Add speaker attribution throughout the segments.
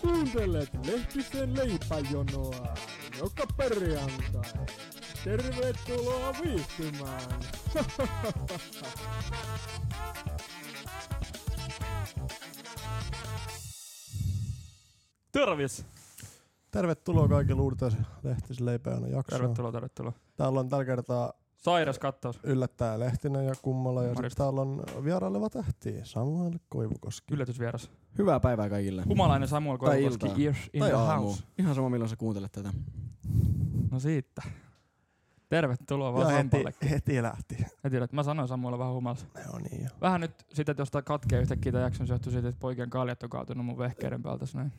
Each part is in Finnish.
Speaker 1: Kuuntelet Lehtisen leipäjonoa joka perjantai. Tervetuloa viihtymään!
Speaker 2: Tervis!
Speaker 3: Tervetuloa kaikille uudet Lehtisen leipäjäinen jaksoon.
Speaker 2: Tervetuloa, tervetuloa.
Speaker 3: Täällä on tällä kertaa
Speaker 2: Sairas kattaus.
Speaker 3: yllättäen Lehtinen ja Kummola ja sitten
Speaker 2: Marista.
Speaker 3: täällä on vieraileva tähti Samuel Koivukoski.
Speaker 2: Yllätysvieras.
Speaker 4: Hyvää päivää kaikille.
Speaker 2: Humalainen Samuel
Speaker 4: Tai
Speaker 2: Koivukoski.
Speaker 4: iltaa.
Speaker 2: Yes, in
Speaker 4: tai
Speaker 2: the
Speaker 4: aamu.
Speaker 2: house.
Speaker 4: Ihan sama milloin sä kuuntelet tätä.
Speaker 2: No siitä. Tervetuloa
Speaker 3: ja
Speaker 2: vaan Sampalle.
Speaker 3: heti, heti lähti.
Speaker 2: Heti, että mä sanoin Samuelle vähän humalassa.
Speaker 3: No niin jo.
Speaker 2: Vähän nyt sitä, että jos tää katkee yhtäkkiä tämä jakson, se johtuu siitä, että poikien kaljat on kaatunut mun vehkeiden päältä. tässä Näin.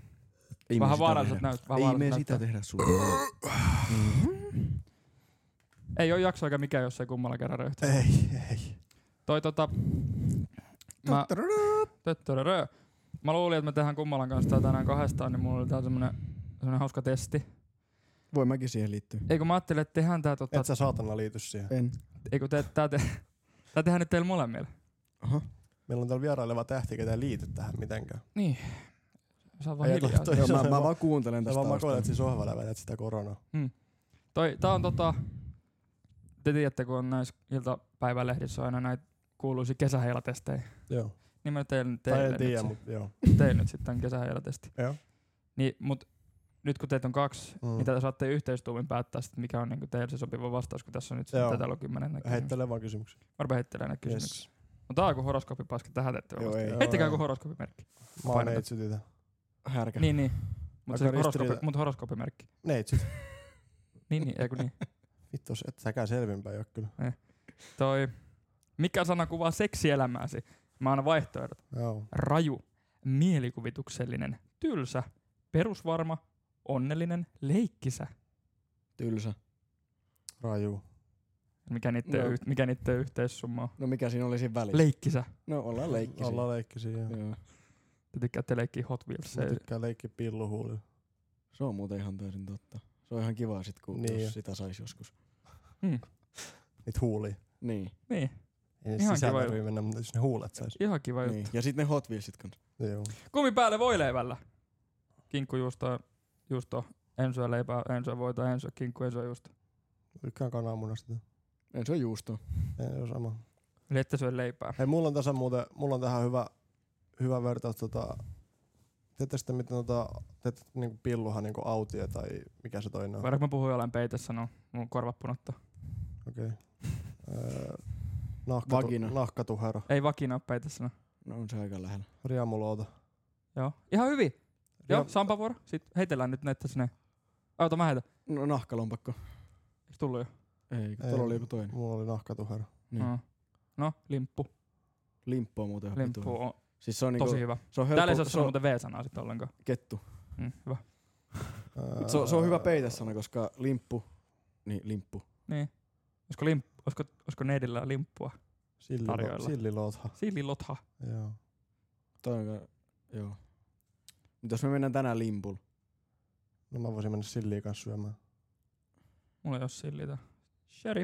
Speaker 4: Ei
Speaker 2: Vähän vaaralliset näyt. Vähän
Speaker 4: Ei
Speaker 2: vaaralliset
Speaker 4: me
Speaker 2: näyttää.
Speaker 4: sitä tehdä sulle.
Speaker 2: Ei ole jakso eikä mikään, jos ei kummalla kerran röyhtä.
Speaker 3: Ei, ei.
Speaker 2: Toi tota... Mä, Töttörö. mä luulin, että me tehdään kummalan kanssa tää tänään kahdestaan, niin mulla oli tää semmonen, semmonen hauska testi.
Speaker 4: Voi mäkin siihen liittyä.
Speaker 2: Eikö mä ajattelin, että tehdään tää tota...
Speaker 3: Et sä saatana liity siihen.
Speaker 4: En.
Speaker 2: Eikö te, tää, te, tää tehdään nyt teillä molemmille.
Speaker 4: Aha.
Speaker 3: Meillä on täällä vieraileva tähti, ketä ei liity tähän mitenkään.
Speaker 2: Niin. Sä oot vaan
Speaker 3: Ei,
Speaker 2: hiljaa.
Speaker 3: toi-
Speaker 4: Joo,
Speaker 3: Se
Speaker 4: mä,
Speaker 3: on
Speaker 4: mä
Speaker 3: vaan-
Speaker 4: vaan kuuntelen
Speaker 3: Sä
Speaker 4: tästä
Speaker 3: vaan makoilet
Speaker 4: taustalla.
Speaker 3: siinä sohvalla ja vedät sitä koronaa.
Speaker 2: Toi, tää on tota... Te tiedätte, kun on näissä iltapäivälehdissä aina näitä kuuluisia kesäheilatestejä.
Speaker 3: Joo.
Speaker 2: Niin mä tein, tein,
Speaker 3: Tai
Speaker 2: tein,
Speaker 3: en
Speaker 2: nyt,
Speaker 3: tiedä,
Speaker 2: se-
Speaker 3: mutta joo.
Speaker 2: tein nyt sitten tämän kesäheilatesti.
Speaker 3: Joo.
Speaker 2: Niin, mut nyt kun teitä on kaksi,
Speaker 3: Mm.
Speaker 2: mm. niin tätä saatte yhteistuumin päättää, sit, mikä on niin teillä se sopiva vastaus, kun tässä on nyt sit
Speaker 3: Joo.
Speaker 2: tätä ollut kymmenen näitä kysymyksiä.
Speaker 3: Heittele vaan kysymyksiä.
Speaker 2: Mä rupean heittelemään näitä kysymyksiä.
Speaker 3: Yes.
Speaker 2: No tää on kuin horoskooppipaska tähän tehty.
Speaker 4: Joo, ei.
Speaker 2: Heittäkää
Speaker 3: Joo,
Speaker 2: kuin
Speaker 3: joo.
Speaker 2: horoskooppimerkki.
Speaker 3: Mä oon
Speaker 2: Painotat.
Speaker 3: neitsytytä.
Speaker 4: Härkä.
Speaker 2: Niin, niin. Mut, se
Speaker 3: Aika
Speaker 2: horoskoopi,
Speaker 3: ristiriita-
Speaker 2: mut horoskooppimerkki.
Speaker 3: Neitsyt.
Speaker 2: Niin, niin, eikö niin?
Speaker 3: Vittu, et säkään selvinpäin oo kyllä.
Speaker 2: Toi, mikä sana kuvaa seksielämääsi? Mä annan vaihtoehdot.
Speaker 3: Joo.
Speaker 2: Raju, mielikuvituksellinen, tylsä, perusvarma, onnellinen, leikkisä.
Speaker 4: Tylsä.
Speaker 3: Raju.
Speaker 2: Mikä niitten,
Speaker 4: Joo.
Speaker 2: no. mikä niitten yhteissumma on?
Speaker 4: No mikä siinä oli siinä välissä?
Speaker 2: Leikkisä.
Speaker 4: no ollaan leikkisiä.
Speaker 3: Ollaan leikkisiä. joo.
Speaker 4: Joo.
Speaker 2: Te tykkäätte leikkiä Hot Wheels.
Speaker 3: Mä tykkään leikkiä pilluhuulilla.
Speaker 4: Se on muuten ihan täysin totta. Se on ihan kiva sit, kun
Speaker 3: Niin
Speaker 4: niin
Speaker 3: jo.
Speaker 4: jos sitä sais joskus.
Speaker 3: Niitä huulia.
Speaker 4: Niin,
Speaker 2: Niin,
Speaker 3: Ei
Speaker 2: Ihan
Speaker 3: Ihan sisään
Speaker 2: kiva
Speaker 3: tarvii mennä, mutta jos ne huulet sais.
Speaker 2: ihan kiva juttu.
Speaker 4: niin. Ja sitten ne Hot Wheelsit kanssa.
Speaker 3: Joo.
Speaker 2: Kumi päälle voileivällä. Kinkkujuustoa, juusto, ensyä leipää, ensyä voita, ensyä kinkku, ensyä juusto.
Speaker 3: Tykkään kananmunasta.
Speaker 4: Ei, se on juusto.
Speaker 3: Ei ole sama.
Speaker 2: Eli ette syö leipää.
Speaker 3: Hei, mulla on tässä muuten, mulla on tähän hyvä, hyvä vertaus tota, Teette sitten miten tota, teette niinku pilluhan niinku autie tai mikä se toinen on?
Speaker 2: Vaikka mä puhun jollain peitessä, no mun korvat punottaa.
Speaker 3: Okei. Okay. Öö, nahkatu,
Speaker 4: Vagina.
Speaker 3: nahkatuhero.
Speaker 2: Ei vakina ole peitessä, no.
Speaker 4: No on se aika lähellä.
Speaker 3: Riemulooto.
Speaker 2: Joo. Ihan hyvin.
Speaker 3: Joo.
Speaker 2: Joo, Sampavuoro. Sitten heitellään nyt näitä sinne. Auta, mä heitän.
Speaker 4: No nahkalompakko.
Speaker 2: Eikö tullut jo?
Speaker 4: Ei, kun
Speaker 3: Ei.
Speaker 4: tuolla oli joku toinen.
Speaker 3: Mulla oli nahkatuhero.
Speaker 4: Niin.
Speaker 2: No. no, limppu.
Speaker 4: Limppu on muuten ihan
Speaker 2: Limppu
Speaker 4: vitun.
Speaker 2: on
Speaker 4: Siis se on niinku,
Speaker 2: tosi hyvä.
Speaker 4: se on helppo,
Speaker 2: Täällä ei saa
Speaker 4: se
Speaker 2: sanoa
Speaker 4: on
Speaker 2: muuten V-sanaa sitten ollenkaan.
Speaker 4: kettu.
Speaker 2: Mm, hyvä.
Speaker 3: Öö,
Speaker 4: Mut Se, on- se on hyvä peitesana, koska limppu, niin limppu.
Speaker 2: Niin. Olisiko, limp, olisiko, olisiko neidillä limppua?
Speaker 4: niinku
Speaker 3: Sillilo-
Speaker 2: tarjoilla.
Speaker 3: Sillilootha.
Speaker 2: Sillilotha.
Speaker 3: Joo.
Speaker 4: Toi on, ka- joo. Mut jos me mennään tänään limpul,
Speaker 3: No mä voisin mennä silliin kanssa syömään.
Speaker 2: Mulla ei ole sillitä. Sherry.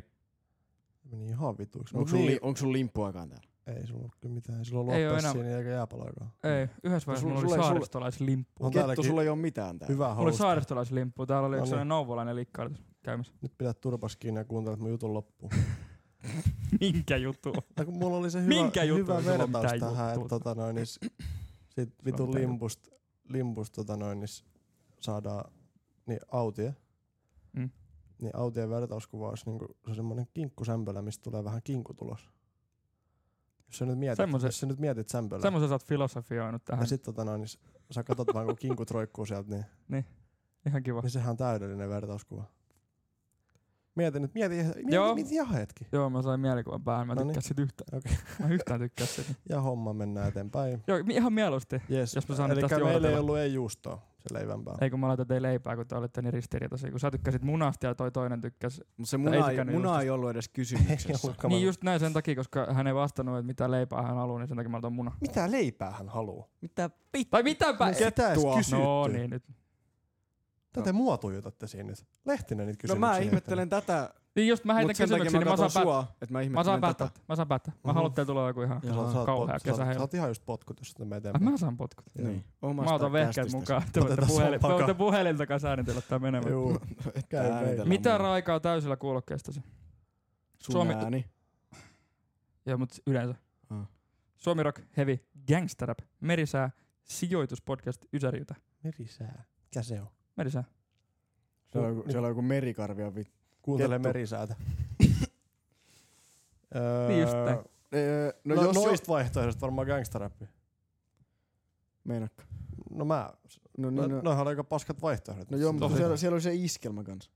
Speaker 3: Meni ihan vituiksi.
Speaker 4: onko
Speaker 3: Mut
Speaker 4: sun,
Speaker 3: niin,
Speaker 4: li, onko sun limppuakaan täällä?
Speaker 3: Ei sulla ollut kyllä mitään. Ei sulla ollut
Speaker 2: Ei oo enää-
Speaker 3: appelsiini eikä jääpaloikaan.
Speaker 2: Ei, yhdessä vaiheessa
Speaker 4: Sulla-
Speaker 2: mulla oli
Speaker 4: sulla ei- sulla-
Speaker 2: saaristolaislimppu.
Speaker 3: On
Speaker 4: Kettu,
Speaker 3: täälläkin-
Speaker 4: sulla ei oo mitään täällä.
Speaker 3: Hyvä
Speaker 2: Mulla oli
Speaker 3: host.
Speaker 2: saaristolaislimppu. Täällä oli
Speaker 3: No
Speaker 2: yksi
Speaker 3: niin.
Speaker 2: sellainen nouvolainen liikkaari tuossa käymässä.
Speaker 3: Nyt pidät turpas kiinni ja kuuntelet mun jutun loppuun.
Speaker 2: Minkä juttu?
Speaker 3: Ja kun mulla oli se hyvä,
Speaker 2: Minkä juttu?
Speaker 3: hyvä
Speaker 2: Ei sulla
Speaker 3: vertaus
Speaker 2: mitään
Speaker 3: tähän,
Speaker 2: juttua.
Speaker 3: että tota noin, niin, s- sit vitun
Speaker 2: mitään
Speaker 3: limpust, limpust tota noin, niin s- saadaan niin autie.
Speaker 2: Mm.
Speaker 3: Niin autien vertauskuva olisi niinku, se on semmoinen kinkkusämpölä, mistä tulee vähän kinkutulos. Jos sä nyt mietit,
Speaker 2: Semmoisen-
Speaker 3: jos sä nyt mietit sämpölä.
Speaker 2: Semmoisen sä oot filosofioinut
Speaker 3: ja
Speaker 2: tähän.
Speaker 3: sit tota noin, niin s- sä katot vaan kun kinkut roikkuu sieltä, niin
Speaker 2: Ihan kiva.
Speaker 3: Niin sehän on täydellinen vertauskuva. Mieti nyt, mieti, mieti,
Speaker 2: Joo.
Speaker 3: mieti, mieti ihan hetki.
Speaker 2: Joo, mä sain mielikuvan päähän. Mä
Speaker 3: No niin.
Speaker 2: tykkään sit yhtään.
Speaker 3: Okei.
Speaker 2: Mä yhtään tykkää sit.
Speaker 3: Ja homma mennään eteenpäin.
Speaker 2: Joo, mi- ihan mieluusti.
Speaker 3: Yes.
Speaker 2: Jos mä saan nyt
Speaker 3: Elikkä
Speaker 2: tästä
Speaker 3: meillä ei
Speaker 2: johdatella.
Speaker 3: ollut ei juustoa se leivän päällä.
Speaker 2: Ei kun mä laitan teille leipää, kun te olitte niin ristiriitaisia. Kun sä tykkäsit munasta ja toi toinen tykkäsi.
Speaker 4: Mut se
Speaker 2: ei
Speaker 4: muna, ei,
Speaker 2: tykännyt
Speaker 4: muna
Speaker 2: juustosta.
Speaker 4: ei ollut edes
Speaker 3: Ei
Speaker 4: kysymyksessä.
Speaker 3: ollutkaan.
Speaker 2: Niin just näin sen takia, koska hän ei vastannut, että mitä leipää hän haluaa, niin sen takia mä otan muna.
Speaker 3: Mitä leipää hän haluu?
Speaker 4: Mitä No, vittu?
Speaker 2: Tai mitäpä!
Speaker 3: Mun ketä edes kysytty?
Speaker 2: no niin nyt.
Speaker 3: Tätä mua tuijotatte siinä nyt. Lehtinen niitä
Speaker 4: No
Speaker 3: kysymyksiä.
Speaker 4: mä ihmettelen tätä
Speaker 2: Niin just mä heitän
Speaker 4: Mut sen takia
Speaker 2: kysymyksen, niin mä
Speaker 4: katon
Speaker 2: saan päättää.
Speaker 4: sua, että mä
Speaker 2: Mä saan
Speaker 4: ihmettelen
Speaker 2: päättää.
Speaker 4: tätä.
Speaker 2: Mä saan päättää. Mä
Speaker 3: Mhm.
Speaker 2: haluan, että teillä tulee joku ihan...
Speaker 4: Joo.
Speaker 3: Sä oot- sä oot
Speaker 2: Kauhea
Speaker 3: pot- sä oot-
Speaker 2: kesä
Speaker 3: Sä oot ihan just potkut, jos me
Speaker 2: Ai,
Speaker 3: eteenpäin.
Speaker 2: Mä saan potkut.
Speaker 4: Niin.
Speaker 2: Mä otan vehkeet mukaan. Te voitte
Speaker 3: Otetaan
Speaker 2: puhelin,
Speaker 3: sopaka.
Speaker 2: te voitte puhelin takaa säänitellä tää menemään.
Speaker 3: Juu, käy meillä.
Speaker 2: Mitä raikaa täysillä kuulokkeistasi? Suomi-
Speaker 4: Suomi... ääni.
Speaker 2: Joo, mut yleensä.
Speaker 4: Ah.
Speaker 2: Suomi Rock, Heavy, Gangsterrap, Merisää, Sijoituspodcast, Ysäriltä.
Speaker 3: Merisää. Mikä se on?
Speaker 2: Merisää.
Speaker 4: Siellä on, joku-
Speaker 3: Nyt
Speaker 4: siellä on joku merikarvia vittu.
Speaker 3: Kuuntele
Speaker 4: Kettu.
Speaker 3: merisäätä.
Speaker 2: Niin just näin.
Speaker 4: Öö,
Speaker 3: No, no jos noista vaihtoehdosta varmaan gangsterappi.
Speaker 4: Meinakka.
Speaker 3: No mä,
Speaker 4: No,
Speaker 3: no,
Speaker 4: niin, no, no,
Speaker 3: noihan oli aika paskat vaihtoehdot.
Speaker 4: no joo,
Speaker 3: Tosi.
Speaker 4: mutta siellä, siellä oli se iskelmä kanssa.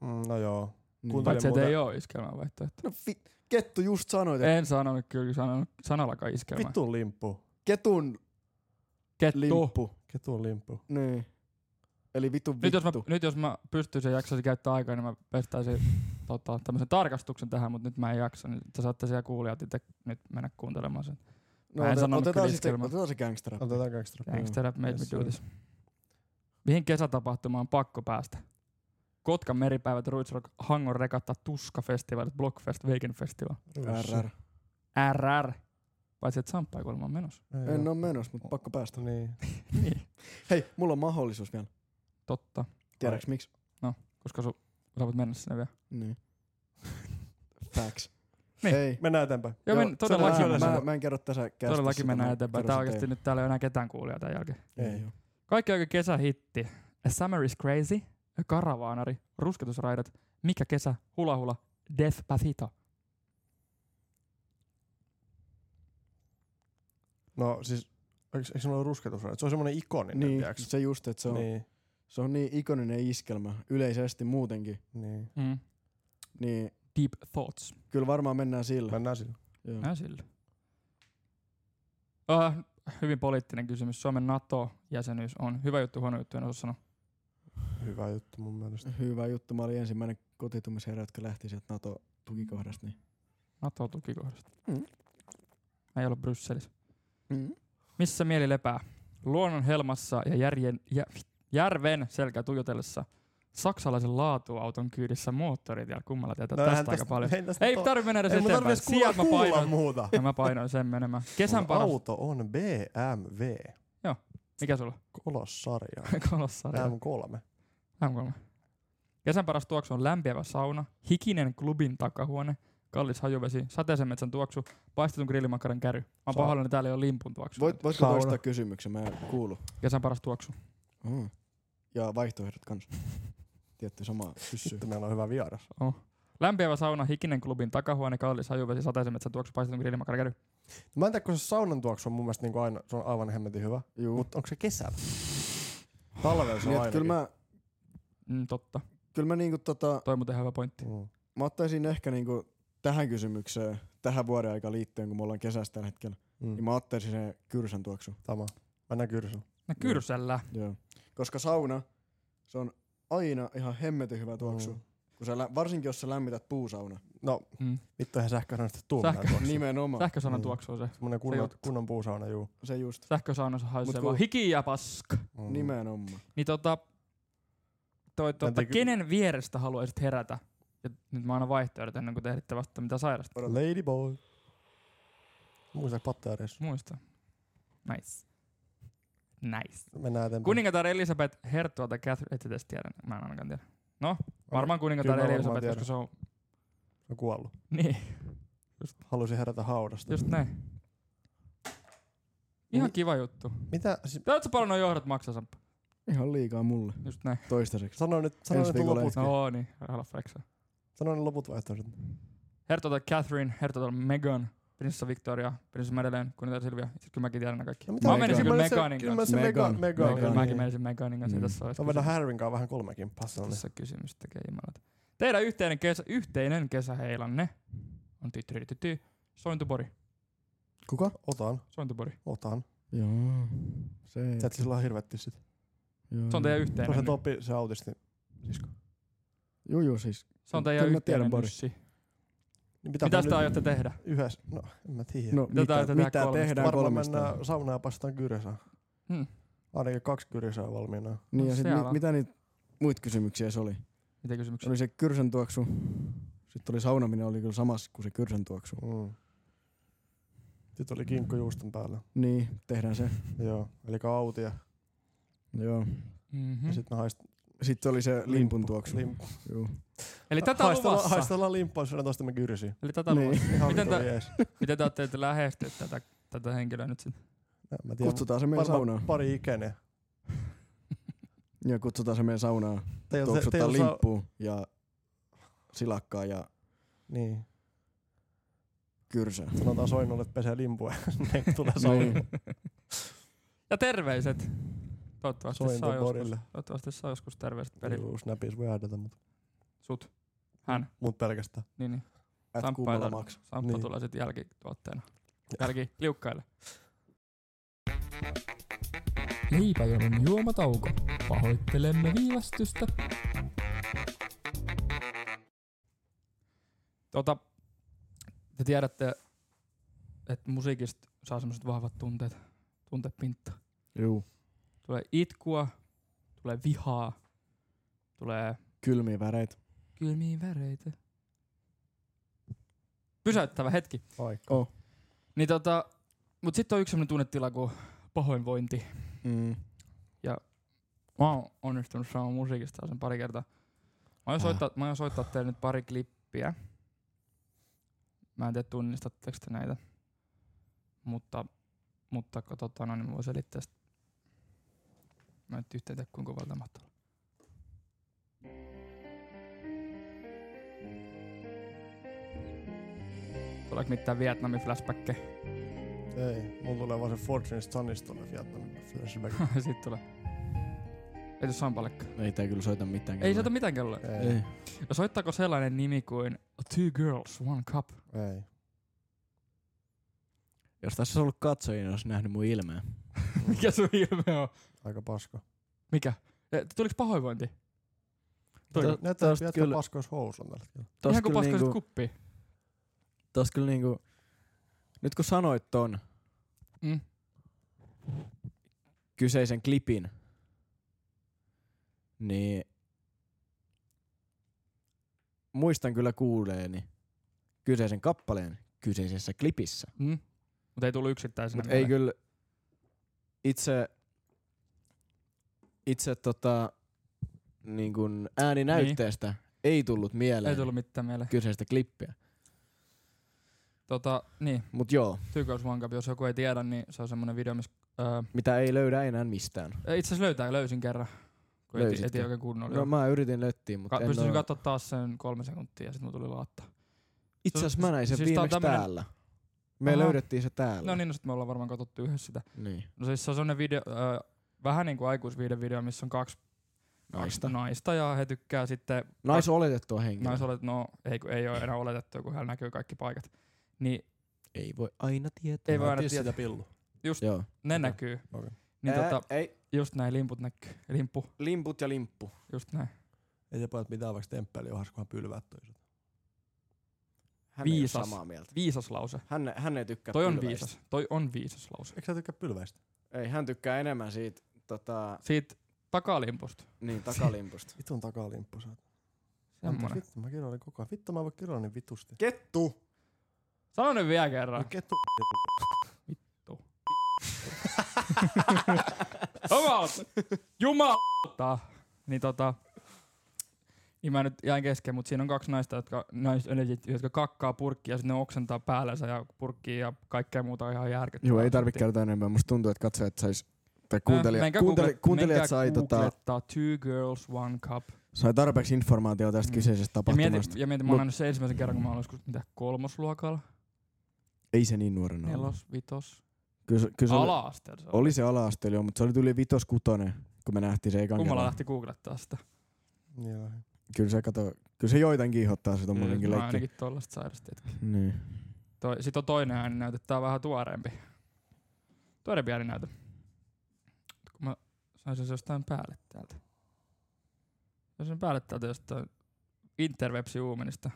Speaker 3: Mm, no joo.
Speaker 4: Niin.
Speaker 3: Kuuntele
Speaker 2: Paitsi, että
Speaker 3: muuten-
Speaker 2: ei oo iskelmää vaihtoehto.
Speaker 4: No vi- Kettu just sanoit, että
Speaker 2: En sanonut kyllä sanonut, sanallakaan iskelmää.
Speaker 3: Niin. Vittu limppu.
Speaker 4: ketun
Speaker 2: Kettu.
Speaker 4: limppu.
Speaker 3: Ketun limppu.
Speaker 4: Niin. Eli vitun
Speaker 2: Nyt jos, mä,
Speaker 4: vittu.
Speaker 2: nyt jos mä pystyisin ja jaksaisin käyttää aikaa, niin mä pestäisin tota, tämmöisen tarkastuksen tähän, mutta nyt mä en jaksa. Niin te saatte siellä kuulijat itse nyt mennä kuuntelemaan sen.
Speaker 4: No,
Speaker 2: mä en
Speaker 4: ote-
Speaker 2: sanonut
Speaker 4: otetaan,
Speaker 2: kyllä
Speaker 4: sitten,
Speaker 2: iskelmää.
Speaker 4: otetaan se gangster.
Speaker 3: Otetaan gangsterappi.
Speaker 2: Gangster Rap Made Me
Speaker 3: Mm. Yes,
Speaker 2: Do
Speaker 3: sir.
Speaker 2: This. Mihin kesätapahtumaan on pakko päästä? Kotkan meripäivät, Ruitsrock, Hangon regatta, Tuska Festivaalit, Blockfest, Veiken Festival.
Speaker 4: RR.
Speaker 2: RR. Paitsi, että Samppa ei kuulemma menossa.
Speaker 4: En oo menossa, mutta pakko päästä.
Speaker 3: Niin.
Speaker 2: niin.
Speaker 4: Hei, mulla on mahdollisuus vielä.
Speaker 2: Totta,
Speaker 4: Tiedäks miksi?
Speaker 2: koska su, sä voit mennä sinne vielä.
Speaker 4: Niin. Facts.
Speaker 2: Niin.
Speaker 4: Hei.
Speaker 3: Mennään eteenpäin.
Speaker 2: Joo,
Speaker 4: Joo,
Speaker 2: men, todellakin,
Speaker 4: Mä, mä,
Speaker 2: mennään,
Speaker 4: mä en kerro tässä kästissä.
Speaker 2: todellakin mennään
Speaker 4: mä
Speaker 2: eteenpäin.
Speaker 4: kerron
Speaker 2: Tää
Speaker 4: sen
Speaker 2: oikeasti nyt täällä ei ole enää ketään kuulijaa tämän jälkeen.
Speaker 4: teille.
Speaker 3: Ei.
Speaker 4: Ei. oo.
Speaker 2: Kaikki aika kesähitti. A Summer is Crazy, A Karavaanari, Rusketusraidat, Mikä kesä, Hula Hula, Despacito.
Speaker 3: No siis, eikö, eikö se ole rusketusrajat? Se on semmonen ikoninen, niin.
Speaker 4: Niin,
Speaker 3: tiiäks?
Speaker 4: se just, että se on,
Speaker 3: Niin.
Speaker 4: se on niin ikoninen iskelmä yleisesti muutenkin.
Speaker 3: niin.
Speaker 2: Mm.
Speaker 4: Niin
Speaker 2: Deep Thoughts.
Speaker 4: kyllä varmaan mennään sillä.
Speaker 3: Mennään sillä.
Speaker 4: Joo.
Speaker 2: Näin sillä. Ah, hyvin poliittinen kysymys. Suomen NATO-jäsenyys on hyvä juttu, huono juttu, en osaa sanoa.
Speaker 3: Hyvä juttu mun mielestä.
Speaker 4: Hyvä juttu. Mä olin ensimmäinen kotitumisherra, jotka lähti sieltä NATO-tukikohdasta. Niin.
Speaker 2: NATO-tukikohdasta.
Speaker 4: Mm.
Speaker 2: Mä ei ole Brysselissä.
Speaker 4: Mm.
Speaker 2: Missä mieli lepää? Luonnon helmassa ja järjen, jä, järven selkä tuijotellessa. Saksalaisen laatuauton kyydissä moottoritiellä kummalla tietää tästä
Speaker 3: No, eihän
Speaker 2: aika paljon.
Speaker 3: Ei, tästä
Speaker 2: Ei
Speaker 3: to-
Speaker 2: tarvi mennä edes
Speaker 3: ei mun
Speaker 2: eteenpäin.
Speaker 3: tarvitse kuulla,
Speaker 2: Sieltä mä
Speaker 3: kuulla
Speaker 2: painoin.
Speaker 3: muuta.
Speaker 2: Ja mä painoin sen menemään. Kesän
Speaker 3: Mun
Speaker 2: paras.
Speaker 3: Auto on BMW.
Speaker 2: Mikä sulla?
Speaker 3: Kolossarja.
Speaker 2: Kolossarja.
Speaker 3: M3.
Speaker 2: M3. Kesän paras tuoksu on lämpiävä sauna, hikinen klubin takahuone, kallis hajuvesi, sateisen metsän tuoksu, paistetun grillimakkaran käry. Mä oon
Speaker 3: Saa-
Speaker 2: pahoillani, täällä ei ole limpun tuoksu.
Speaker 4: Voit, voitko
Speaker 3: Sauna.
Speaker 4: toistaa kysymyksen? Mä en kuulu.
Speaker 2: Kesän paras tuoksu.
Speaker 4: Mm. Ja vaihtoehdot kanssa. Tietty sama pyssy.
Speaker 3: Sitten meillä on hyvä vieras.
Speaker 2: Lämpiävä sauna, hikinen klubin takahuone, kallis hajuvesi, sateisen metsän tuoksu, paistetun grillimakkaran käry.
Speaker 3: Mä en tiedä, kun se saunan tuoksu on mun mielestä niinku aina, se on aivan hemmetin hyvä.
Speaker 4: Juu.
Speaker 3: Mutta onko se kesällä? Talvella se on
Speaker 4: Niin, et
Speaker 3: ainakin.
Speaker 4: kyllä mä,
Speaker 2: Mm, totta.
Speaker 4: kyllä mä niinku tota,
Speaker 2: Toi on muuten hyvä pointti.
Speaker 3: Mm.
Speaker 4: mä ottaisin ehkä niinku tähän kysymykseen, tähän vuoden aikaan liittyen, kun me ollaan kesästä tällä hetkellä, niin
Speaker 3: Mm.
Speaker 4: mä ottaisin sen kyrsän tuoksu.
Speaker 3: Tämä. Mennään kyrsyn.
Speaker 2: No kyrsellä.
Speaker 4: Joo. Koska sauna, se on aina ihan hemmetin hyvä tuoksu.
Speaker 3: Mm.
Speaker 4: Mm. Kun sä, lä- varsinkin jos sä lämmität puusauna.
Speaker 3: No,
Speaker 2: Mm.
Speaker 3: vittu eihän sähkösaunasta tuu
Speaker 2: Sähkö-
Speaker 3: Sähkö. tuoksu.
Speaker 4: Nimenomaan.
Speaker 2: Sähkösaunan
Speaker 3: Niin.
Speaker 2: tuoksu on se.
Speaker 3: Semmonen kunnon,
Speaker 2: juttu.
Speaker 3: kunnon puusauna, juu.
Speaker 4: Se just.
Speaker 2: Sähkösaunassa
Speaker 4: Mut
Speaker 2: haisee
Speaker 4: kun-
Speaker 2: vaan hiki ja paska.
Speaker 3: Mm.
Speaker 4: Nimenomaan.
Speaker 2: Niin tota, toi, tota,
Speaker 3: tiedä-
Speaker 2: kenen vierestä haluaisit herätä? Ja nyt mä annan vaihtoehdot ennen kuin te ehditte vasta mitä sairasta.
Speaker 3: Ladyboy. Muista patteareissa.
Speaker 2: Muista. Nice. Nice.
Speaker 3: Mennään eteenpäin.
Speaker 2: Kuningatar Elisabeth, Hertua tai Catherine, et sä edes tiedä, mä en ainakaan tiedä. No, varmaan kuningatar
Speaker 3: kyllä mä varmaan
Speaker 2: Elisabeth,
Speaker 3: tiedän.
Speaker 2: koska se on...
Speaker 3: On kuollut.
Speaker 2: Niin,
Speaker 3: Halusin herätä haudasta.
Speaker 2: just näin. Ihan
Speaker 3: Mi-
Speaker 2: kiva juttu.
Speaker 3: Mitä? Siis,
Speaker 2: Tiedätkö paljon nuo johdot maksaa, Samppa?
Speaker 4: Ihan liikaa mulle.
Speaker 2: Just näin.
Speaker 4: Toistaiseksi.
Speaker 3: sano nyt, sano
Speaker 4: Ensi
Speaker 3: nyt
Speaker 4: viikolla
Speaker 3: loput.
Speaker 2: No niin, älä flexaa.
Speaker 3: Sano ne loput vaihtoehdot.
Speaker 2: Hertua tai Catherine, Hertua tai Megan, Prinsessa Victoria, Prinsessa Madeleine, kuningatar Silvia. Itse kyllä mäkin tiedän nämä kaikki.
Speaker 3: No,
Speaker 2: mä
Speaker 4: Megan.
Speaker 2: menisin
Speaker 3: Mä
Speaker 2: kyllä
Speaker 3: menisin-
Speaker 2: Meganin
Speaker 3: Kyllä
Speaker 2: kanssa.
Speaker 3: mä sen
Speaker 4: Megan.
Speaker 3: Megan. Megan.
Speaker 4: Megan.
Speaker 2: Megan. Mäkin
Speaker 3: Megan.
Speaker 2: menisin Meganin kanssa,
Speaker 4: Mm.
Speaker 2: mm. tässä olisi
Speaker 3: Mä vedän Harryn kanssa vähän kolmekin passaa.
Speaker 2: Tässä kysymys tekee jumalat. Teidän yhteinen, kesä, yhteinen kesäheilanne on tytyrity. Sointupori.
Speaker 4: Kuka?
Speaker 3: Otan,
Speaker 2: Sointupori.
Speaker 3: otan.
Speaker 4: Joo. Se,
Speaker 3: Sä et sillä on hirveät tissit.
Speaker 4: joo.
Speaker 2: Se on teidän
Speaker 3: Se on se
Speaker 2: yhteinen.
Speaker 3: Topi, se autisti. Sisko.
Speaker 4: Juu, juu, siis.
Speaker 2: Se on teidän
Speaker 4: Kyllä mä tiedän,
Speaker 2: yhteinen
Speaker 4: Bori.
Speaker 2: nyssi.
Speaker 3: Niin pitää
Speaker 2: Mitä
Speaker 3: mennä
Speaker 2: te aiotte tehdä?
Speaker 3: Yhdessä. No, en mä tiedä.
Speaker 4: No,
Speaker 2: tää
Speaker 4: mitä,
Speaker 2: tehdään
Speaker 4: mitä
Speaker 2: kolmesta?
Speaker 4: tehdään
Speaker 3: Varmaan
Speaker 4: kolmesta?
Speaker 3: mennään saunaan ja paistetaan kyresää.
Speaker 2: Hmm.
Speaker 3: Ainakin kaksi kyresää valmiina.
Speaker 4: Niin, ja
Speaker 2: No,
Speaker 4: sit,
Speaker 2: se ala.
Speaker 4: mi- mitä niitä muita kysymyksiä se oli?
Speaker 2: Mitä kysymyksiä?
Speaker 4: Oli se kyrsän tuoksu, Sitten oli saunominen, oli kyllä samassa kuin se kyrsän tuoksu.
Speaker 3: Mm. Sitten oli
Speaker 4: Hmm.
Speaker 3: kinkku juuston päällä.
Speaker 4: Niin, tehdään se.
Speaker 3: Joo, eli autia.
Speaker 4: Joo.
Speaker 2: Mm-hmm.
Speaker 3: Ja sitten haist,
Speaker 4: Sitten oli se limpun tuoksu.
Speaker 3: lim,
Speaker 4: Joo.
Speaker 2: Eli tätä on
Speaker 3: haistellaan,
Speaker 2: luvassa.
Speaker 3: haistellaan limppaa, syödään toista me kyrsiä.
Speaker 2: Eli tätä niin. luvassa.
Speaker 3: Ihan
Speaker 2: Miten
Speaker 3: Miten
Speaker 2: tä-
Speaker 3: tää?
Speaker 2: Miten te olette lähestyä tätä, tätä henkilöä nyt sitten?
Speaker 3: Mä tiedän,
Speaker 4: Kutsutaan se meidän
Speaker 3: varmaan
Speaker 4: saunaan.
Speaker 3: pari ikäinen.
Speaker 4: Ja kutsutaan se meidän saunaan.
Speaker 3: Teillä, te,
Speaker 4: Tuoksuttaa
Speaker 3: teillä saa,
Speaker 4: limppua ja silakkaa ja
Speaker 3: niin,
Speaker 4: kyrsää.
Speaker 3: sanotaan soinnulle, että pesee limpua. ne tulee saunaan.
Speaker 4: Niin.
Speaker 2: Ja terveiset. Toivottavasti
Speaker 3: Soin
Speaker 2: saa
Speaker 3: tuon
Speaker 2: joskus,
Speaker 3: porille.
Speaker 2: toivottavasti saa joskus terveiset perille.
Speaker 3: Juu, snapis voi ähdätä, mut,
Speaker 2: Sut. Hän.
Speaker 3: mut pelkästään.
Speaker 2: Niin, niin.
Speaker 4: At
Speaker 2: Samppa,
Speaker 4: kummalla
Speaker 2: ei
Speaker 4: maksaa.
Speaker 2: tarvi- Samppa
Speaker 3: Niin.
Speaker 2: tulee sitten jälkituotteena. Jälki liukkaille.
Speaker 1: Leipäjonon juomatauko. Pahoittelemme viivästystä.
Speaker 2: Tota, te tiedätte, että musiikista saa semmoset vahvat tunteet. Tuntepintta.
Speaker 4: Juu.
Speaker 2: Tulee itkua, tulee vihaa, tulee
Speaker 4: Kylmiä väreitä.
Speaker 2: kylmiä väreitä. Pysäyttävä hetki.
Speaker 3: Vaikka.
Speaker 4: Oh.
Speaker 2: Niin tota, mut sitten on yksi sellainen tunnetila kuin pahoinvointi.
Speaker 4: Mm.
Speaker 2: Mä oon onnistunut saamaan musiikista sen pari kertaa. Mä oon
Speaker 4: Ah.
Speaker 2: soittaa, mä oon soittaa teille nyt pari klippiä. Mä en tiedä tunnistatteko te näitä. Mutta, mutta katsotaan, no, niin mä voin selittää sitä. Mä en nyt yhtään tiedä kuinka kovalta mahtaa. olla. Tuleeko mitään Vietnamin flashbackkejä?
Speaker 3: Ei, mulla tulee vaan se Fortune Sunista tuonne Vietnamin flashback.
Speaker 2: Sitten tulee. Ei tuu sampalekka.
Speaker 4: Ei tää kyllä soita mitään.
Speaker 2: Ei
Speaker 4: kelloa.
Speaker 2: soita mitään kelloa.
Speaker 3: Ei,
Speaker 4: Ei.
Speaker 2: Ja soittaako sellainen nimi kuin Two Girls, One Cup?
Speaker 3: ei.
Speaker 4: Jos tässä olisi ollut katsojia, niin olisi nähnyt mun ilmeä.
Speaker 2: Mikä sun ilme on?
Speaker 3: Aika paska.
Speaker 2: Mikä? Eh, Tuliko pahoinvointi? Toi-
Speaker 4: Tä-
Speaker 3: Näyttää,
Speaker 4: tästä
Speaker 3: että jätkä
Speaker 4: kyllä-
Speaker 3: paskois housun tällä hetkellä.
Speaker 4: Tos
Speaker 2: Ihan kuin
Speaker 4: kyllä
Speaker 2: paskaisit
Speaker 4: niinku-
Speaker 2: niinku... kuppi.
Speaker 4: Tos kyllä niinku... Nyt kun sanoit ton
Speaker 2: Mm.
Speaker 4: kyseisen klipin, niin muistan kyllä kuuleeni kyseisen kappaleen kyseisessä klipissä.
Speaker 2: Mm. Mutta ei tullut yksittäisenä.
Speaker 4: Mut ei kyllä itse, itse tota, niin kun ääninäytteestä ei tullut mieleen
Speaker 2: Niin. Ei tullut mitään meille.
Speaker 4: kyseistä klippiä.
Speaker 2: Tota, niin,
Speaker 4: Mut joo,
Speaker 2: Two Girls, One Cup, jos joku ei tiedä, niin se on semmonen video, missä... Öö,
Speaker 4: mitä ei löydä enää mistään.
Speaker 2: itse asiassa löytää, löysin kerran. Kun ei, ti- ei
Speaker 4: Löysitkö?
Speaker 2: tiedä oikein kunnolla.
Speaker 4: No mä yritin löttiä, mutta
Speaker 2: Ka-
Speaker 4: en
Speaker 2: pystyisin
Speaker 4: oo-
Speaker 2: katsoa taas sen kolme sekuntia ja sit mun tuli laatta.
Speaker 4: Itse asiassa mä näin sen
Speaker 2: Siis
Speaker 4: siis
Speaker 2: tää on
Speaker 4: viimeksi
Speaker 2: tämmönen-
Speaker 4: täällä. Me
Speaker 2: Aha.
Speaker 4: löydettiin se täällä.
Speaker 2: No niin, no sit me ollaan varmaan katsottu yhdessä sitä.
Speaker 4: niin.
Speaker 2: No siis se on semmonen video, öö, vähän niinku aikuisviiden video, missä on kaksi
Speaker 4: Naista.
Speaker 2: naista ja he tykkää sitten
Speaker 4: Nais oletettua henkilöä.
Speaker 2: no. Nais olet, no ei, kun ei ole enää oletettu, kun hän näkyy kaikki paikat. Niin
Speaker 4: Ei voi aina tietää.
Speaker 2: ei voi aina
Speaker 3: Tissi
Speaker 2: tietää.
Speaker 3: ja pillu.
Speaker 4: Joo.
Speaker 2: Ne
Speaker 3: Okei.
Speaker 2: näkyy.
Speaker 3: Okei.
Speaker 2: Niin
Speaker 4: Ää,
Speaker 2: tota,
Speaker 4: ei.
Speaker 2: just näin limput näkyy. Limpu,
Speaker 4: Limput ja limppu.
Speaker 2: just näin.
Speaker 3: Ei se pojat mitään, vaikka temppeli on kunhan pylväät toiset.
Speaker 4: Hän ei oo
Speaker 2: Viisas.
Speaker 4: samaa mieltä.
Speaker 2: Viisas lause.
Speaker 4: Hän, hän ei tykkää
Speaker 2: Toi on
Speaker 4: pylväistä.
Speaker 2: viisas. Toi on viisas lause.
Speaker 3: Eikö sä tykkää pylväistä?
Speaker 4: Ei, hän tykkää enemmän siitä tota,
Speaker 2: Siitä takalimpusta.
Speaker 4: niin, takalimpusta.
Speaker 3: Vitun takalimppu sä oot. Anteeksi,
Speaker 2: Semmonen.
Speaker 3: Vittu, mä kiroilin koko ajan. Vittu, mä voin kiroilla niin vitusti.
Speaker 4: Kettu!
Speaker 2: Sano nyt vielä
Speaker 3: No
Speaker 2: kerran.
Speaker 3: Kettu.
Speaker 2: Jumalauta. Jumalauta. Niin tota, niin mä nyt jäin kesken, mutta siinä on kaksi naista, jotka, nais, jotka kakkaa purkkia ja sitten ne oksentaa päällensä ja purkkiin ja kaikkea muuta ihan järkyttävää.
Speaker 4: Joo, ei tarvitse kertoa enemmän. Musta tuntuu, että katsojat sais, tai kuuntelija,
Speaker 2: Menkää
Speaker 4: kuunteli,
Speaker 2: Google- menkää
Speaker 4: kuuntelijat sai, tota,
Speaker 2: googlettaa Two Girls, One Cup.
Speaker 4: sai tarpeeksi informaatiota tästä
Speaker 2: Mm.
Speaker 4: kyseisestä
Speaker 2: Ja mietin,
Speaker 4: tapahtumasta.
Speaker 2: ja mietin, mä
Speaker 4: Mut-
Speaker 2: oon nähnyt sen ensimmäisen kerran, kun mä olin joskus mitä kolmosluokalla,
Speaker 4: Ei se niin nuorena ollut.
Speaker 2: nelos, vitos,
Speaker 4: Kyllä, se- kyllä se oli-
Speaker 2: ala-asteella se oli.
Speaker 4: Oli se ala-asteella, joo, mutta se oli tuli vitos kutonen, kun me nähtiin se ekan
Speaker 2: Kummalla
Speaker 4: kerran.
Speaker 2: lähti googlettaa sitä.
Speaker 3: Joo.
Speaker 4: Kyllä se, kato, kyllä se joitain kiihottaa se tommonenkin
Speaker 2: Mä
Speaker 4: mm,
Speaker 2: oon
Speaker 4: leikki.
Speaker 2: ainakin tollasta sairasti.
Speaker 4: Niin.
Speaker 2: Toi, sit on toinen ääninäyte, tää on vähän tuoreempi. Tuoreempi ääninäyte. Kun mä sain sen jostain päälle täältä. Sain sen päälle täältä jostain Interwebs-uumenista.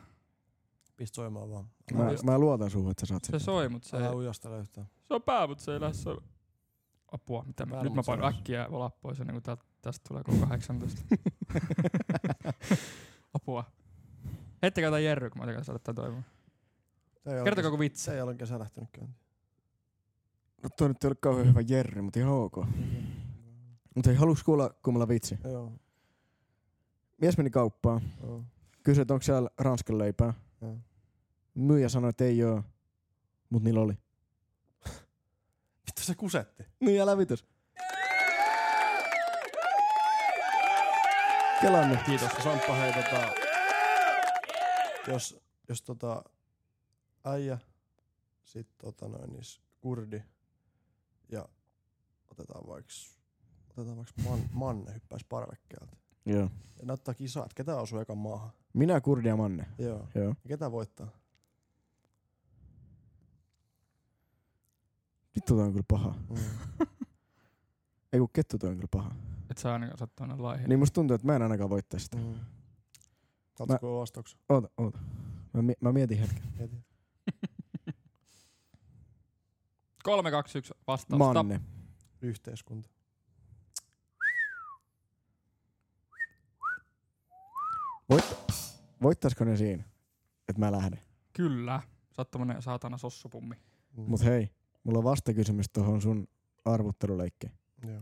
Speaker 3: Pist soimaan vaan.
Speaker 4: Mä,
Speaker 3: Älä,
Speaker 4: mä luotan suhun, että sä saat
Speaker 2: Se
Speaker 4: sen.
Speaker 2: soi, mut se ei,
Speaker 3: älä ujostele yhtään.
Speaker 2: Se on pää, mutta se ei lähde soimaan. Apua, mitä mä,
Speaker 3: Päällä,
Speaker 2: nyt mä
Speaker 3: mut se
Speaker 2: painan
Speaker 3: lähti.
Speaker 2: äkkiä vola pois ennen kuin tää, tästä tulee koko 18. Apua. Ette kato Jerry, kun mä otan saada tää toivoa.
Speaker 3: Tää ei ole
Speaker 2: Kertokaa
Speaker 3: kes-
Speaker 2: kun vitsi.
Speaker 3: Se ei ole kesä lähtenyt käyntiin.
Speaker 4: No toi nyt ei ollut kauhean hyvä Jerry, mutta ihan ok. Mutta ei halus kuulla kummalla vitsi.
Speaker 3: Joo,
Speaker 4: Mies meni kauppaan.
Speaker 3: joo.
Speaker 4: Kysyi, että onko siellä ranskan leipää.
Speaker 3: Joo.
Speaker 4: Myyjä sanoi, että ei oo. Mut niillä oli.
Speaker 3: Vittu se kusetti.
Speaker 4: Niin älä vitus. Kelannut.
Speaker 3: Kiitos. Samppa hei tota, jos, jos tota äijä, sit tota noin niin s- kurdi ja otetaan vaiks otetaan vaikka man, manne hyppäis parvekkeelta.
Speaker 4: Joo.
Speaker 3: Ja näyttää kisaa, että ketä osuu ekan maahan.
Speaker 4: Minä, Kurdi ja Manne.
Speaker 3: Joo.
Speaker 4: Joo.
Speaker 3: Ja ketä voittaa?
Speaker 4: Vittu toi on kyllä paha.
Speaker 3: Mm.
Speaker 4: Ei kun kettu toi on kyllä paha.
Speaker 2: Et saa ainakaan sattua aina laihin.
Speaker 4: Niin musta tuntuu, että mä en ainakaan voittaisi sitä.
Speaker 3: Mm. Saatko Mä... vastauksen?
Speaker 4: Oota, oota. Mä, mi- mä mietin hetken.
Speaker 3: Heti.
Speaker 2: 3, 2, 1 vastaus. Stop.
Speaker 4: Manne.
Speaker 3: Yhteiskunta.
Speaker 4: Voittaisiko ne siinä, että mä lähden?
Speaker 2: Kyllä. Sä oot tommonen saatana sossupummi.
Speaker 3: Mm.
Speaker 4: Mut hei, mulla on vastakysymys tuohon sun arvotteluleikkeen.
Speaker 3: Joo.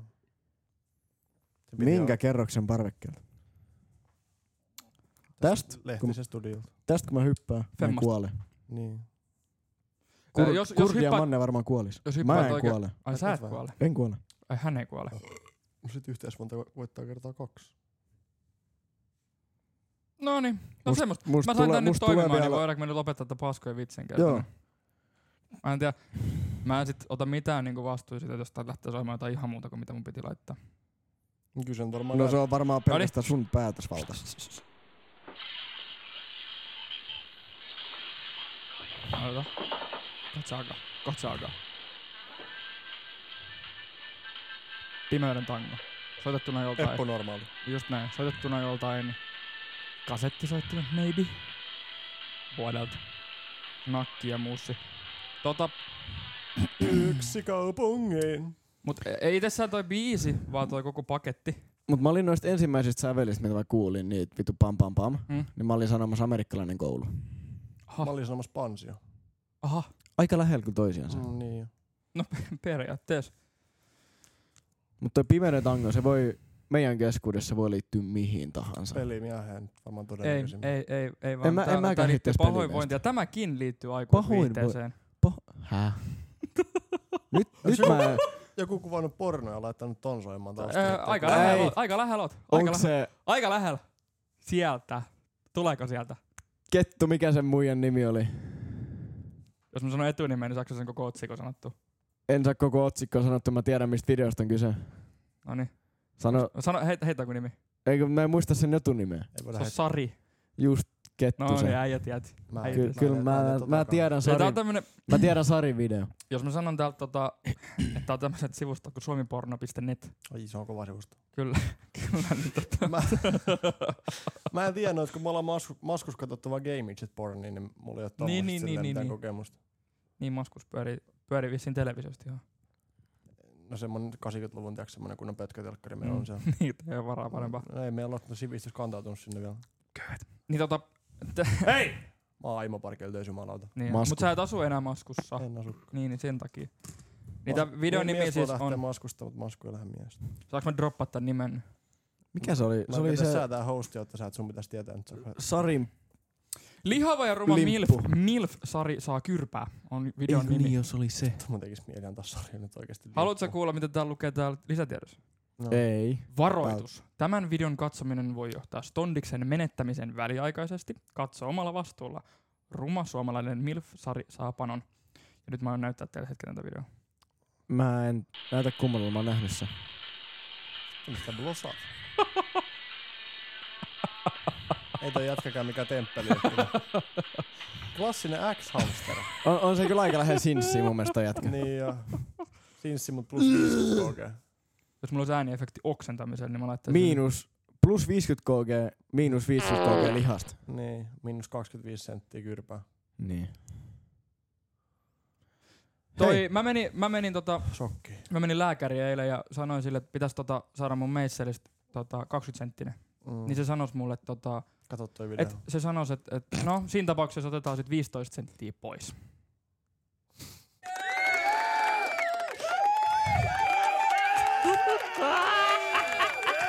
Speaker 3: Se piti
Speaker 4: Minkä
Speaker 3: olla
Speaker 4: kerroksen parvekkeelta?
Speaker 3: tästä
Speaker 4: tästä,
Speaker 3: Lehtisen studiolta.
Speaker 4: Tästä kun mä hyppään, mä en
Speaker 2: Femmasta.
Speaker 4: kuole.
Speaker 3: Niin.
Speaker 4: Kur-
Speaker 2: jos- jos
Speaker 4: Kurdi ja
Speaker 2: hyppäät-
Speaker 4: Manne varmaan kuolis.
Speaker 2: jos
Speaker 4: Mä
Speaker 2: hyppäät
Speaker 4: en
Speaker 2: oikein-
Speaker 4: kuole.
Speaker 2: Ai sä et kuole.
Speaker 4: En kuole.
Speaker 2: Ai hän ei kuole.
Speaker 3: Sitten yhteiskunta vo- voittaa kertaa kaksi.
Speaker 2: Noniin. No
Speaker 4: Must-
Speaker 2: semmoista.
Speaker 4: Musta
Speaker 2: Mä sain
Speaker 4: tulee-
Speaker 2: tän nyt
Speaker 4: musta tulee
Speaker 2: toimimaan, niin
Speaker 4: vielä-
Speaker 2: voidaanko me nyt lopettaa tätä paskoja vitsen kertaa.
Speaker 4: Joo.
Speaker 2: Mä en tiedä. Mä en sit ota mitään niinku vastuun siitä, jos tää lähtee soimaan jotain ihan muuta kuin mitä mun piti laittaa.
Speaker 3: Kyllä se on varmaan
Speaker 4: No
Speaker 3: näin.
Speaker 4: se on varmaan
Speaker 2: niin.
Speaker 4: pelkästään sun päätösvalta.
Speaker 2: Aloita. Kohta se alkaa. Kohta se alkaa. Pimeyden tango. Soitettuna joltain.
Speaker 3: Eppu normaali.
Speaker 2: Just näin. Soitettuna joltain kasettisoittimet maybe. Vuodelta. Nakki ja muussi. Tota,
Speaker 3: Yksi kaupungin.
Speaker 2: mut e- ei itsessään toi biisi, vaan toi koko paketti.
Speaker 4: Mut mä olin noista ensimmäisistä sävelistä, mitä mä kuulin, niitä vitu pam pam pam.
Speaker 2: Mm.
Speaker 4: Niin mä olin sanomassa amerikkalainen koulu.
Speaker 2: Ha,
Speaker 3: Mä olin sanomassa pansio.
Speaker 2: aha,
Speaker 4: Aika lähellä kyllä toisiansa. Mm.
Speaker 3: Mm, niin.
Speaker 2: periaatteessa.
Speaker 4: Mutta toi pimeyden tango, se voi meidän keskuudessa voi liittyä mihin tahansa.
Speaker 3: Pelimieheen varmaan
Speaker 2: Ei,
Speaker 3: todennäköisemmin.
Speaker 2: ei, ei, ei vaan.
Speaker 4: mä- en
Speaker 2: tää-
Speaker 4: mäkään
Speaker 2: tää liittyy
Speaker 4: hittäis pelin
Speaker 2: pahoinvointia. Tämäkin liittyy aikuisviihteeseen.
Speaker 4: Häh? nyt, nyt
Speaker 3: No se-
Speaker 4: mä...
Speaker 3: Joku kuvannut pornoa ja laittanut ton soimaan taas.
Speaker 2: Öö, Äh, aika
Speaker 4: Ei.
Speaker 2: lähellä, oot, aika lähellä oot. Aika,
Speaker 4: Onko
Speaker 2: lähe,
Speaker 4: se
Speaker 2: aika lähellä. Sieltä. Tuleeko sieltä?
Speaker 4: kettu, mikä sen muijan nimi oli?
Speaker 2: Jos mä sanon etunimen, niin saako sen koko otsikon sanottu?
Speaker 4: En saa koko otsikkoa sanottu, mä tiedän mistä videosta on kyse.
Speaker 2: No niin.
Speaker 4: Sano,
Speaker 2: Sano, heitä, heitä kun nimi.
Speaker 4: eikö mä en muista sen etunimeä.
Speaker 3: Ei
Speaker 2: Se
Speaker 3: voida
Speaker 2: on
Speaker 3: heittää.
Speaker 2: Sari.
Speaker 4: Just kettu
Speaker 2: No
Speaker 4: se.
Speaker 2: niin, äijä tiedät.
Speaker 3: Mä
Speaker 2: Ky-
Speaker 4: Ky-
Speaker 3: heitin-
Speaker 4: kyllä
Speaker 3: heitin-
Speaker 4: mä,
Speaker 3: heitin
Speaker 4: mä,
Speaker 3: tota
Speaker 4: tiedän
Speaker 2: Se, tää
Speaker 4: Sarin,
Speaker 2: on tämmönen,
Speaker 4: mä tiedän Sarin video.
Speaker 2: jos mä sanon täältä, tota, että tää on tämmöset sivustot kuin suomiporno.net.
Speaker 3: kanssa. Ai se on kova sivusto.
Speaker 2: Kyllä, niin tota.
Speaker 3: Mä, mä en tiennyt, että kun me ollaan masku, maskus katsottu vaan Game Midget pornia, niin mulla ei ole tommosesta
Speaker 2: niin,
Speaker 3: silleen
Speaker 2: niin, niin,
Speaker 3: mitään
Speaker 2: niin.
Speaker 3: kokemusta.
Speaker 2: Niin maskus pyörii, pyörii vissiin televisiosta ihan.
Speaker 3: No semmonen 80-luvun tiiäks semmonen kunnon pötkötelkkari meillä
Speaker 2: Mm.
Speaker 3: on se.
Speaker 2: Niitä ei ole varaa parempaa.
Speaker 3: No, ei meillä ole sivistys kantautunut sinne vielä.
Speaker 2: Niin tota... t- Hei!
Speaker 3: Mä oon Aimo Parkilla töissä jumalauta.
Speaker 2: Niin,
Speaker 4: Masku.
Speaker 2: mutta sä et asu enää maskussa.
Speaker 3: En asu.
Speaker 2: Niin, niin sen takia. Niin tää videon nimi
Speaker 3: mies voi
Speaker 2: siis
Speaker 3: lähteä
Speaker 2: on...
Speaker 3: maskusta, mutta masku ei lähde miestä.
Speaker 2: Saanko mä droppaa tän nimen?
Speaker 4: Mikä se oli?
Speaker 3: Mä
Speaker 4: Se oli se
Speaker 3: sä tää hosti, että sä et sun pitäisi tietää nyt. sä-
Speaker 4: Sarin
Speaker 2: Lihava ja ruma Milf,
Speaker 4: Limppu.
Speaker 2: Milf-sari saa kyrpää, on videon
Speaker 4: Ei,
Speaker 2: nimi.
Speaker 4: niin, jos oli se.
Speaker 3: Mun tekis mieli antaa sarja nyt oikeesti.
Speaker 2: Haluatko sä kuulla, mitä täällä lukee täällä lisätiedossa?
Speaker 3: No.
Speaker 4: Ei.
Speaker 2: Varoitus. Tämän videon katsominen voi johtaa Stondiksen menettämisen väliaikaisesti. Katso omalla vastuulla. Ruma suomalainen Milf-sari saa panon. Ja nyt mä oon näyttää teille hetken tätä videoa.
Speaker 4: Mä en näytä kummalla, mä oon nähnyt sen.
Speaker 3: Mistä blosaat? ei toi jätkäkään mikä temppeli. Klassinen X-hamster.
Speaker 4: On, on se kyllä aika lähellä sinssiä mun mielestä toi jätkä.
Speaker 3: niin ja sinssi mut plus 50 kokee.
Speaker 2: Jos mulla olisi ääniefekti oksentamiselle, niin mä laittaisin...
Speaker 4: Miinus, plus 50 kg, miinus 50 kg lihasta.
Speaker 3: Niin, minus 25 senttiä kyrpää.
Speaker 4: Niin.
Speaker 2: Toi,
Speaker 4: Hei.
Speaker 2: mä menin, mä menin tota,
Speaker 3: Shokki.
Speaker 2: Mä menin lääkäriin eilen ja sanoin sille, että pitäisi tota, saada mun meisselistä tota, 20 senttinen.
Speaker 3: Mm.
Speaker 2: Niin se sanois mulle, että tota,
Speaker 3: Kato toi video.
Speaker 2: Et se sanoisi, että et, no siinä tapauksessa otetaan sit 15 senttiä pois.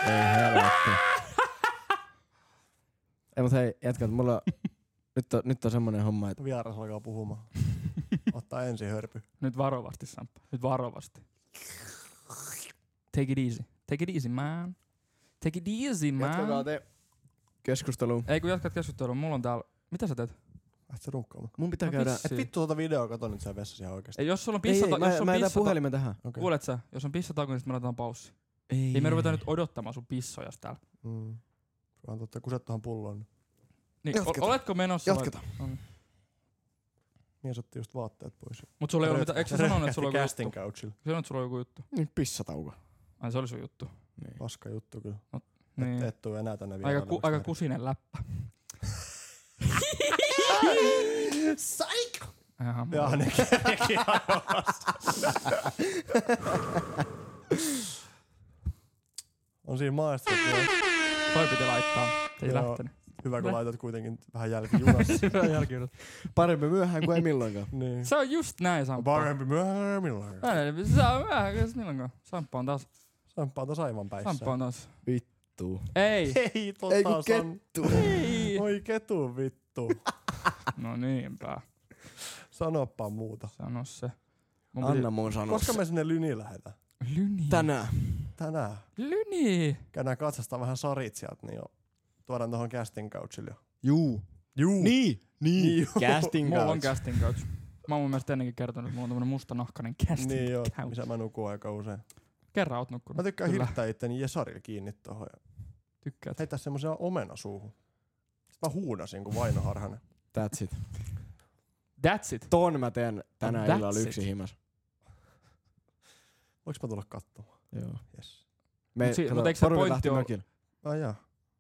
Speaker 4: Ei helvetti. Ei, mut hei, jätkät, mulla nyt on, nyt on semmonen homma, että
Speaker 3: Vieras alkaa puhumaan. Ottaa ensin hörpy.
Speaker 2: Nyt varovasti, Samppa. Nyt varovasti. Take it easy. Take it easy, man. Take it easy,
Speaker 4: jatkakaa
Speaker 2: man.
Speaker 4: te keskusteluun.
Speaker 2: Ei kun jatkat keskustelua, mulla on täällä... Mitä sä teet?
Speaker 3: Lähtee runkkaamaan.
Speaker 4: Mun pitää
Speaker 2: No
Speaker 4: käydä...
Speaker 2: vissi.
Speaker 3: Et vittu tota videoa, kato nyt siellä vessassa ihan oikeesti.
Speaker 2: Ei, jos sulla on
Speaker 4: Ei, ei,
Speaker 2: pissata...
Speaker 4: mä,
Speaker 2: jos on
Speaker 4: mä jätän
Speaker 2: pissata-
Speaker 4: puhelimen tähän.
Speaker 3: Okei.
Speaker 2: Kuulet sä? Jos on pissatauko, niin sit me laitetaan paussi. Ei
Speaker 4: Niin.
Speaker 2: me ruveta nyt odottamaan sun pissoja täällä.
Speaker 3: Mm. Vaan totta, kuset tuohon pulloon.
Speaker 2: Niin, o-
Speaker 4: Jatketaan.
Speaker 2: oletko menossa? vai-
Speaker 4: Jatketaan.
Speaker 3: Mies otti just vaatteet pois.
Speaker 2: Mut sulla ei ole
Speaker 3: Röyt-
Speaker 2: mitään, eikö sä sanonut, että sulla on joku
Speaker 3: Casting
Speaker 2: juttu?
Speaker 3: couchilla.
Speaker 2: Sanoit, että sulla on joku juttu.
Speaker 4: Niin pissatauko.
Speaker 2: Ai se oli sun juttu.
Speaker 4: Niin.
Speaker 3: Paska juttu kyllä.
Speaker 2: Niin.
Speaker 3: Niin. Et tuu enää tänne vielä.
Speaker 2: aika, ku, aika kusinen läppä.
Speaker 3: Saik!
Speaker 2: Ihan
Speaker 3: Jaa,
Speaker 2: muu-
Speaker 3: nekin, nekin On siinä maasta. että
Speaker 2: Toi piti laittaa. Ei
Speaker 3: Joo.
Speaker 2: lähtenyt.
Speaker 3: Hyvä kun
Speaker 2: Nä.
Speaker 3: laitat kuitenkin vähän jälkijunassa.
Speaker 4: Parempi myöhään kuin ei milloinkaan.
Speaker 3: niin.
Speaker 2: Se on just näin, Samppa.
Speaker 3: Parempi myöhään milloin.
Speaker 2: Ei, Se on vähän, jos milloinkaan. Samppa on taas.
Speaker 3: Samppa on taas aivan päissä.
Speaker 2: Samppa on taas.
Speaker 4: Vittu.
Speaker 2: Ei.
Speaker 3: Ei tota
Speaker 4: Ei kun
Speaker 3: Sam...
Speaker 2: Ei.
Speaker 3: Oi ketu vittu.
Speaker 2: No niinpä.
Speaker 3: Sanoppa muuta.
Speaker 2: Sano se. Mun piti-
Speaker 4: Anna mun sanoa
Speaker 3: Koska
Speaker 4: se.
Speaker 3: me sinne Lyni lähdetään?
Speaker 2: Lyni.
Speaker 4: Tänään.
Speaker 3: Tänään.
Speaker 2: Lyni.
Speaker 3: Käydään katsastaa vähän sarit sieltä, niin jo. Tuodaan tuohon casting couchille jo.
Speaker 4: Juu.
Speaker 3: Juu.
Speaker 4: Niin.
Speaker 3: Niin.
Speaker 4: Casting
Speaker 2: Mulla on
Speaker 4: couch.
Speaker 2: casting couch. Mä oon mun mielestä ennenkin kertonut, että mulla on tämmönen mustanahkainen casting
Speaker 3: Niin joo,
Speaker 2: couch.
Speaker 3: missä mä nukun aika usein.
Speaker 2: Kerran oot nukkunut.
Speaker 3: Mä tykkään
Speaker 2: Kyllä.
Speaker 3: hirttää itteni Jesarilla kiinni tohon ja
Speaker 2: Tykkäät.
Speaker 3: heittää semmoisen omena suuhun. Sitten mä huudasin kuin Vaino Harhanen.
Speaker 4: That's it.
Speaker 2: That's it.
Speaker 4: Ton mä teen tänään
Speaker 2: That's
Speaker 4: illalla
Speaker 2: it.
Speaker 4: yksin himas.
Speaker 3: Voinko mä tulla katsomaan?
Speaker 4: Joo.
Speaker 3: Yes.
Speaker 4: Me,
Speaker 2: Mut si-
Speaker 4: kato,
Speaker 2: mut eikö se
Speaker 4: porukat
Speaker 2: pointti
Speaker 4: lähti
Speaker 2: ole-
Speaker 4: mökille.
Speaker 3: Ai jaa.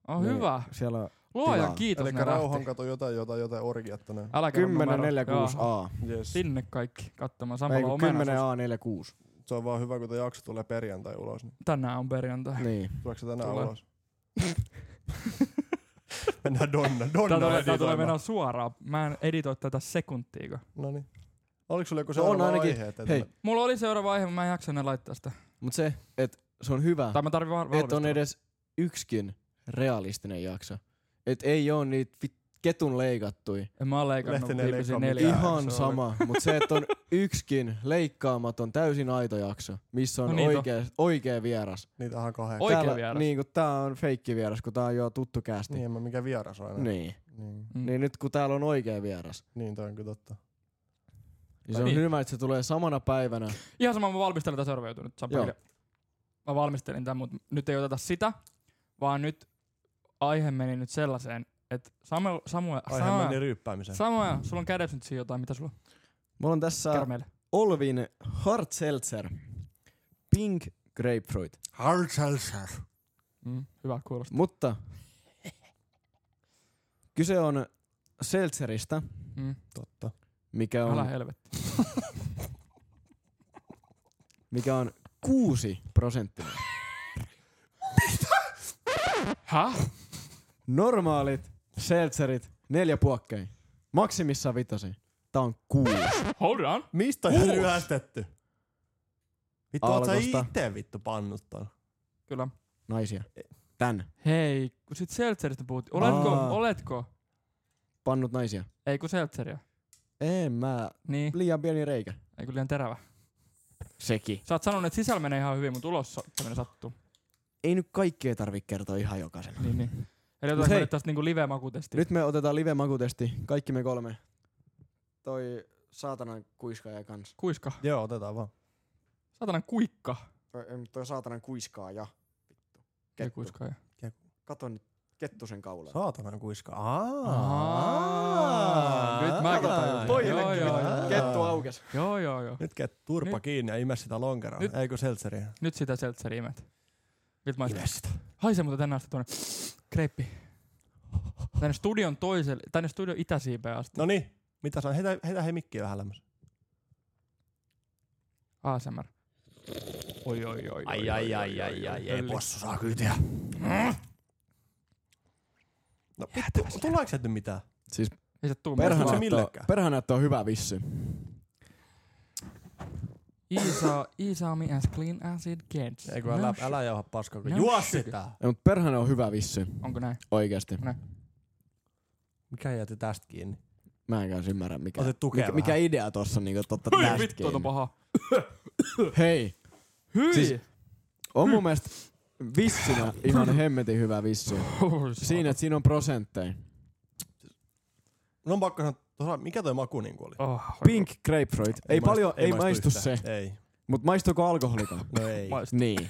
Speaker 2: On
Speaker 4: Niin.
Speaker 2: Oh, hyvä.
Speaker 4: Siellä on
Speaker 2: Luojan
Speaker 4: Tilaa.
Speaker 2: kiitos.
Speaker 3: Eli
Speaker 2: ne lähti.
Speaker 3: rauhan kato jotain, jotain, jotain orgiat tonne.
Speaker 2: Älä kerro numeroa.
Speaker 4: 1046
Speaker 2: Jaaha.
Speaker 4: A.
Speaker 3: Yes.
Speaker 2: Sinne kaikki katsomaan
Speaker 4: Ei
Speaker 2: samalla
Speaker 4: kun
Speaker 2: omena.
Speaker 4: 10 A46.
Speaker 3: Se on vaan hyvä, kun tää jakso tulee perjantai ulos. Niin
Speaker 2: Tänään on perjantai.
Speaker 4: Niin.
Speaker 3: tuleeko se tänään
Speaker 2: Tulee.
Speaker 3: ulos? Mennään Donna. siis
Speaker 2: Tää
Speaker 3: Donna
Speaker 2: tulee, tää tulee
Speaker 3: editoimaan.
Speaker 2: mennä suoraan. Mä en editoi tätä sekuntiikaan.
Speaker 3: Noniin. No niin. Oliko sulla joku
Speaker 4: No on
Speaker 3: seuraava
Speaker 4: ainakin-
Speaker 3: aihe? että-
Speaker 4: hei.
Speaker 2: Mulla oli seuraava aihe, mutta mä en jaksa enää laittaa sitä.
Speaker 4: Mut se, et se on hyvä,
Speaker 2: Tai mä tarvin vaan
Speaker 4: et on
Speaker 2: valmistella.
Speaker 4: edes yksikin realistinen jakso. Et ei oo niitä vit- ketun leikattui.
Speaker 2: En mä oon leikannut
Speaker 3: Lehtinen ei
Speaker 2: viimeisiä
Speaker 3: leikkaa
Speaker 2: neljä.
Speaker 3: mitään.
Speaker 4: Ihan
Speaker 3: jakso oli.
Speaker 4: sama, mut se, että on yksikin leikkaamaton täysin aito jakso, missä
Speaker 2: No
Speaker 4: on
Speaker 2: niin, to-
Speaker 4: oikea, oikea vieras.
Speaker 3: Niitähän on kahdeksan.
Speaker 2: Oikea
Speaker 4: Täällä-
Speaker 2: vieras.
Speaker 4: Niin, kun tää on feikki vieras, kun tää on jo tuttu kästi.
Speaker 3: Niin, en mä mikä vieras on. Niin.
Speaker 4: Niin.
Speaker 3: Niin,
Speaker 2: Mm.
Speaker 4: Niin nyt kun täällä on oikea vieras,
Speaker 3: niin toi on kyllä totta.
Speaker 4: niin se on
Speaker 2: Niin.
Speaker 4: hyvä, että se tulee samana päivänä.
Speaker 2: Ihan sama, mä valmistelen tätä seuraava jutun nyt. Sampa
Speaker 4: Joo.
Speaker 2: Hilja. Mä valmistelin tämän, mutta nyt ei oteta sitä, vaan nyt aihe meni nyt sellaiseen, että Samuel, Samuel,
Speaker 3: Aihe
Speaker 2: Samuel,
Speaker 3: meni ryyppäämiseen.
Speaker 2: Samuel, sulla on kädessä nyt siinä jotain, mitä sulla on?
Speaker 4: Mulla on tässä
Speaker 2: Kerro meille.
Speaker 4: Olvin Hard Seltzer Pink Grapefruit.
Speaker 3: Hard seltzer.
Speaker 2: Mm, hyvä, kuulostaa.
Speaker 4: Mutta kyse on seltzeristä,
Speaker 2: Mm.
Speaker 3: Totta.
Speaker 4: mikä
Speaker 2: Älä
Speaker 4: on,
Speaker 2: helvetti.
Speaker 4: mikä on 6 prosenttia.
Speaker 2: Häh?
Speaker 4: Normaalit seltzerit neljä puokkeja. Maksimissaan vitosi. Tää on kuusi.
Speaker 2: Hold on.
Speaker 3: Mistä on
Speaker 2: Kuusi.
Speaker 3: ryöstetty? Vittu, oot sä
Speaker 4: Alkosta.
Speaker 3: ite vittu pannut ton?
Speaker 2: Kyllä.
Speaker 4: Naisia. Tän.
Speaker 2: Hei, kun sit Seltzeristä puhuttiin. Oletko,
Speaker 4: Aa.
Speaker 2: oletko?
Speaker 4: Pannut naisia.
Speaker 2: Ei kun Seltzeriä.
Speaker 4: En mä.
Speaker 2: Niin,
Speaker 4: Liian pieni reikä.
Speaker 2: ei kun liian terävä.
Speaker 4: Sekin.
Speaker 2: Sä oot sanonut, että sisällä menee ihan hyvin, mutta ulos sa- tämmönen sattuu.
Speaker 4: Ei nyt kaikkea tarvi kertoa ihan jokaisen.
Speaker 2: Niin, niin. Eli
Speaker 4: Mut
Speaker 2: otetaan
Speaker 4: hei.
Speaker 2: hei. tästä niinku live-makutesti.
Speaker 4: Nyt me otetaan live makutesti. Kaikki me kolme. Toi saatanan kuiskaaja kans.
Speaker 2: Kuiska.
Speaker 3: Joo, otetaan vaan.
Speaker 2: Saatanan kuikka.
Speaker 4: Toi, em, toi saatanan kuiskaaja. Vittu.
Speaker 2: Ei
Speaker 4: Kettu.
Speaker 2: kuiska, ei.
Speaker 4: Kato nyt Kettusen kaulaa.
Speaker 3: Saatanan kuiska.
Speaker 2: Aa,
Speaker 3: Aa.
Speaker 2: nyt mä tajusin.
Speaker 3: Toi.
Speaker 2: Joo,
Speaker 4: Pojillekin
Speaker 2: joo,
Speaker 4: nyt
Speaker 2: joo.
Speaker 4: Kettu aukes.
Speaker 2: Joo, joo, joo.
Speaker 3: Nyt ket turpa
Speaker 2: Nyt-
Speaker 3: kiinni ja ime sitä lonkeroa.
Speaker 2: Nyt-
Speaker 3: Eikö seltseriä?
Speaker 2: Nyt sitä Seltzeriä imet. Miltä maistuu? Haisee muuten tänne asti tuonne. Kreippi. Tänne studion toiselle, tänne studion itäsiipeen asti.
Speaker 3: No niin, mitä sanoit? Heitä, heitä hei mikkiä vähän lämmös.
Speaker 2: ASMR. Oi, oi, oi, oi. oi, oi, oi, oi, oi, oi.
Speaker 3: possu saa kyytiä. No
Speaker 2: Jäätä
Speaker 3: Tuleeko sieltä nyt mitään?
Speaker 2: Ei se tuu
Speaker 3: Perhana.
Speaker 2: mitään.
Speaker 3: se millekään?
Speaker 4: perhana on hyvä vissi.
Speaker 2: Isa, Isa me as clean No as it gets.
Speaker 3: Ei kun älä, älä jauha paskaa, kun
Speaker 2: No
Speaker 3: juo
Speaker 2: sugar.
Speaker 3: sitä!
Speaker 4: Ei, mut perhana on hyvä vissi,
Speaker 2: Onko näin?
Speaker 4: oikeesti.
Speaker 3: Mikä jäti tästä kiinni?
Speaker 4: Mä en kanssa ymmärrä mikä.
Speaker 3: Ota tukea
Speaker 4: mikä,
Speaker 3: vähän.
Speaker 4: mikä idea tossa niinku totta
Speaker 2: Hyi
Speaker 4: tästä
Speaker 2: vittu, on
Speaker 4: kiinni.
Speaker 2: paha.
Speaker 4: Hei,
Speaker 2: Hyi!
Speaker 4: Siis- on mun mielestä vissinä ihan hemmetin hyvä vissi. Siinä, että siinä on prosentteja.
Speaker 3: No on pakko sanoa, tuossa- mikä toi maku niinku oli?
Speaker 2: Oh,
Speaker 4: Pink grapefruit. Ei,
Speaker 3: maistu-
Speaker 4: paljon, ei maistu
Speaker 3: yhtään.
Speaker 4: se.
Speaker 3: Ei.
Speaker 4: Mut maistuuko alkoholika?
Speaker 3: No ei.
Speaker 2: Maistu.
Speaker 4: niin.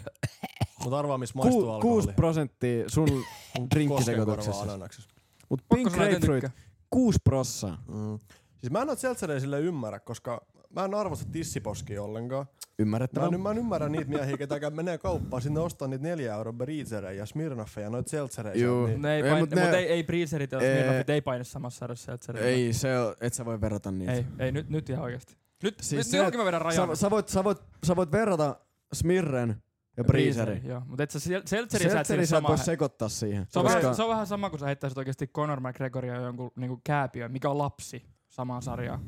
Speaker 3: Mut arvaa, missä maistuu
Speaker 4: Ku, 6
Speaker 3: alkoholi.
Speaker 4: prosenttia sun
Speaker 3: Koskenkorva
Speaker 4: drinkkisekoituksessa.
Speaker 3: ananaksessa.
Speaker 4: Mut
Speaker 2: Pakko
Speaker 4: pink
Speaker 2: sanoa, että en
Speaker 4: grapefruit,
Speaker 2: tykkää.
Speaker 4: 6 prossaa.
Speaker 3: Mm. Siis mä en ole seltsereä sille ymmärrä, koska mä en arvosta tissiposkia ollenkaan. Mä
Speaker 2: No,
Speaker 4: Ymmärrettävä.
Speaker 3: en, mä en ymmärrä niitä miehiä, ketä käy- menee kauppaan sinne ostaa niitä neljä euron Breezerejä ja Smirnoffeja, noita seltsereitä.
Speaker 4: Juu.
Speaker 3: Niin.
Speaker 2: Ne No ei
Speaker 4: Ei,
Speaker 2: paina,
Speaker 4: mut
Speaker 2: mut,
Speaker 4: ne-
Speaker 2: ei, ei Breezerit ja
Speaker 4: Ee-
Speaker 2: Smirnoffit ei paina samassa sarjassa. että se-
Speaker 4: Ei, se on, et sä voi verrata niitä.
Speaker 2: Ei, ei nyt, nyt ihan oikeesti. Nyt,
Speaker 4: Siis
Speaker 2: siis nyt
Speaker 4: se-
Speaker 2: johonkin mä vedän rajan.
Speaker 4: Sä, sä, voit, sä, voit, sä voit verrata Smirren ja Breezerin.
Speaker 2: Joo, mutta et sä sel- seltseri sä et
Speaker 4: Seltseri
Speaker 2: siirry
Speaker 4: sä et voi
Speaker 2: samaan.
Speaker 4: sekoittaa siihen.
Speaker 2: Se on,
Speaker 4: koska-
Speaker 2: vähän, se on vähän sama, kun sä heittäisit oikeesti Conor McGregoria jonkun niinku kääpiön, mikä on lapsi samaan sarjaan.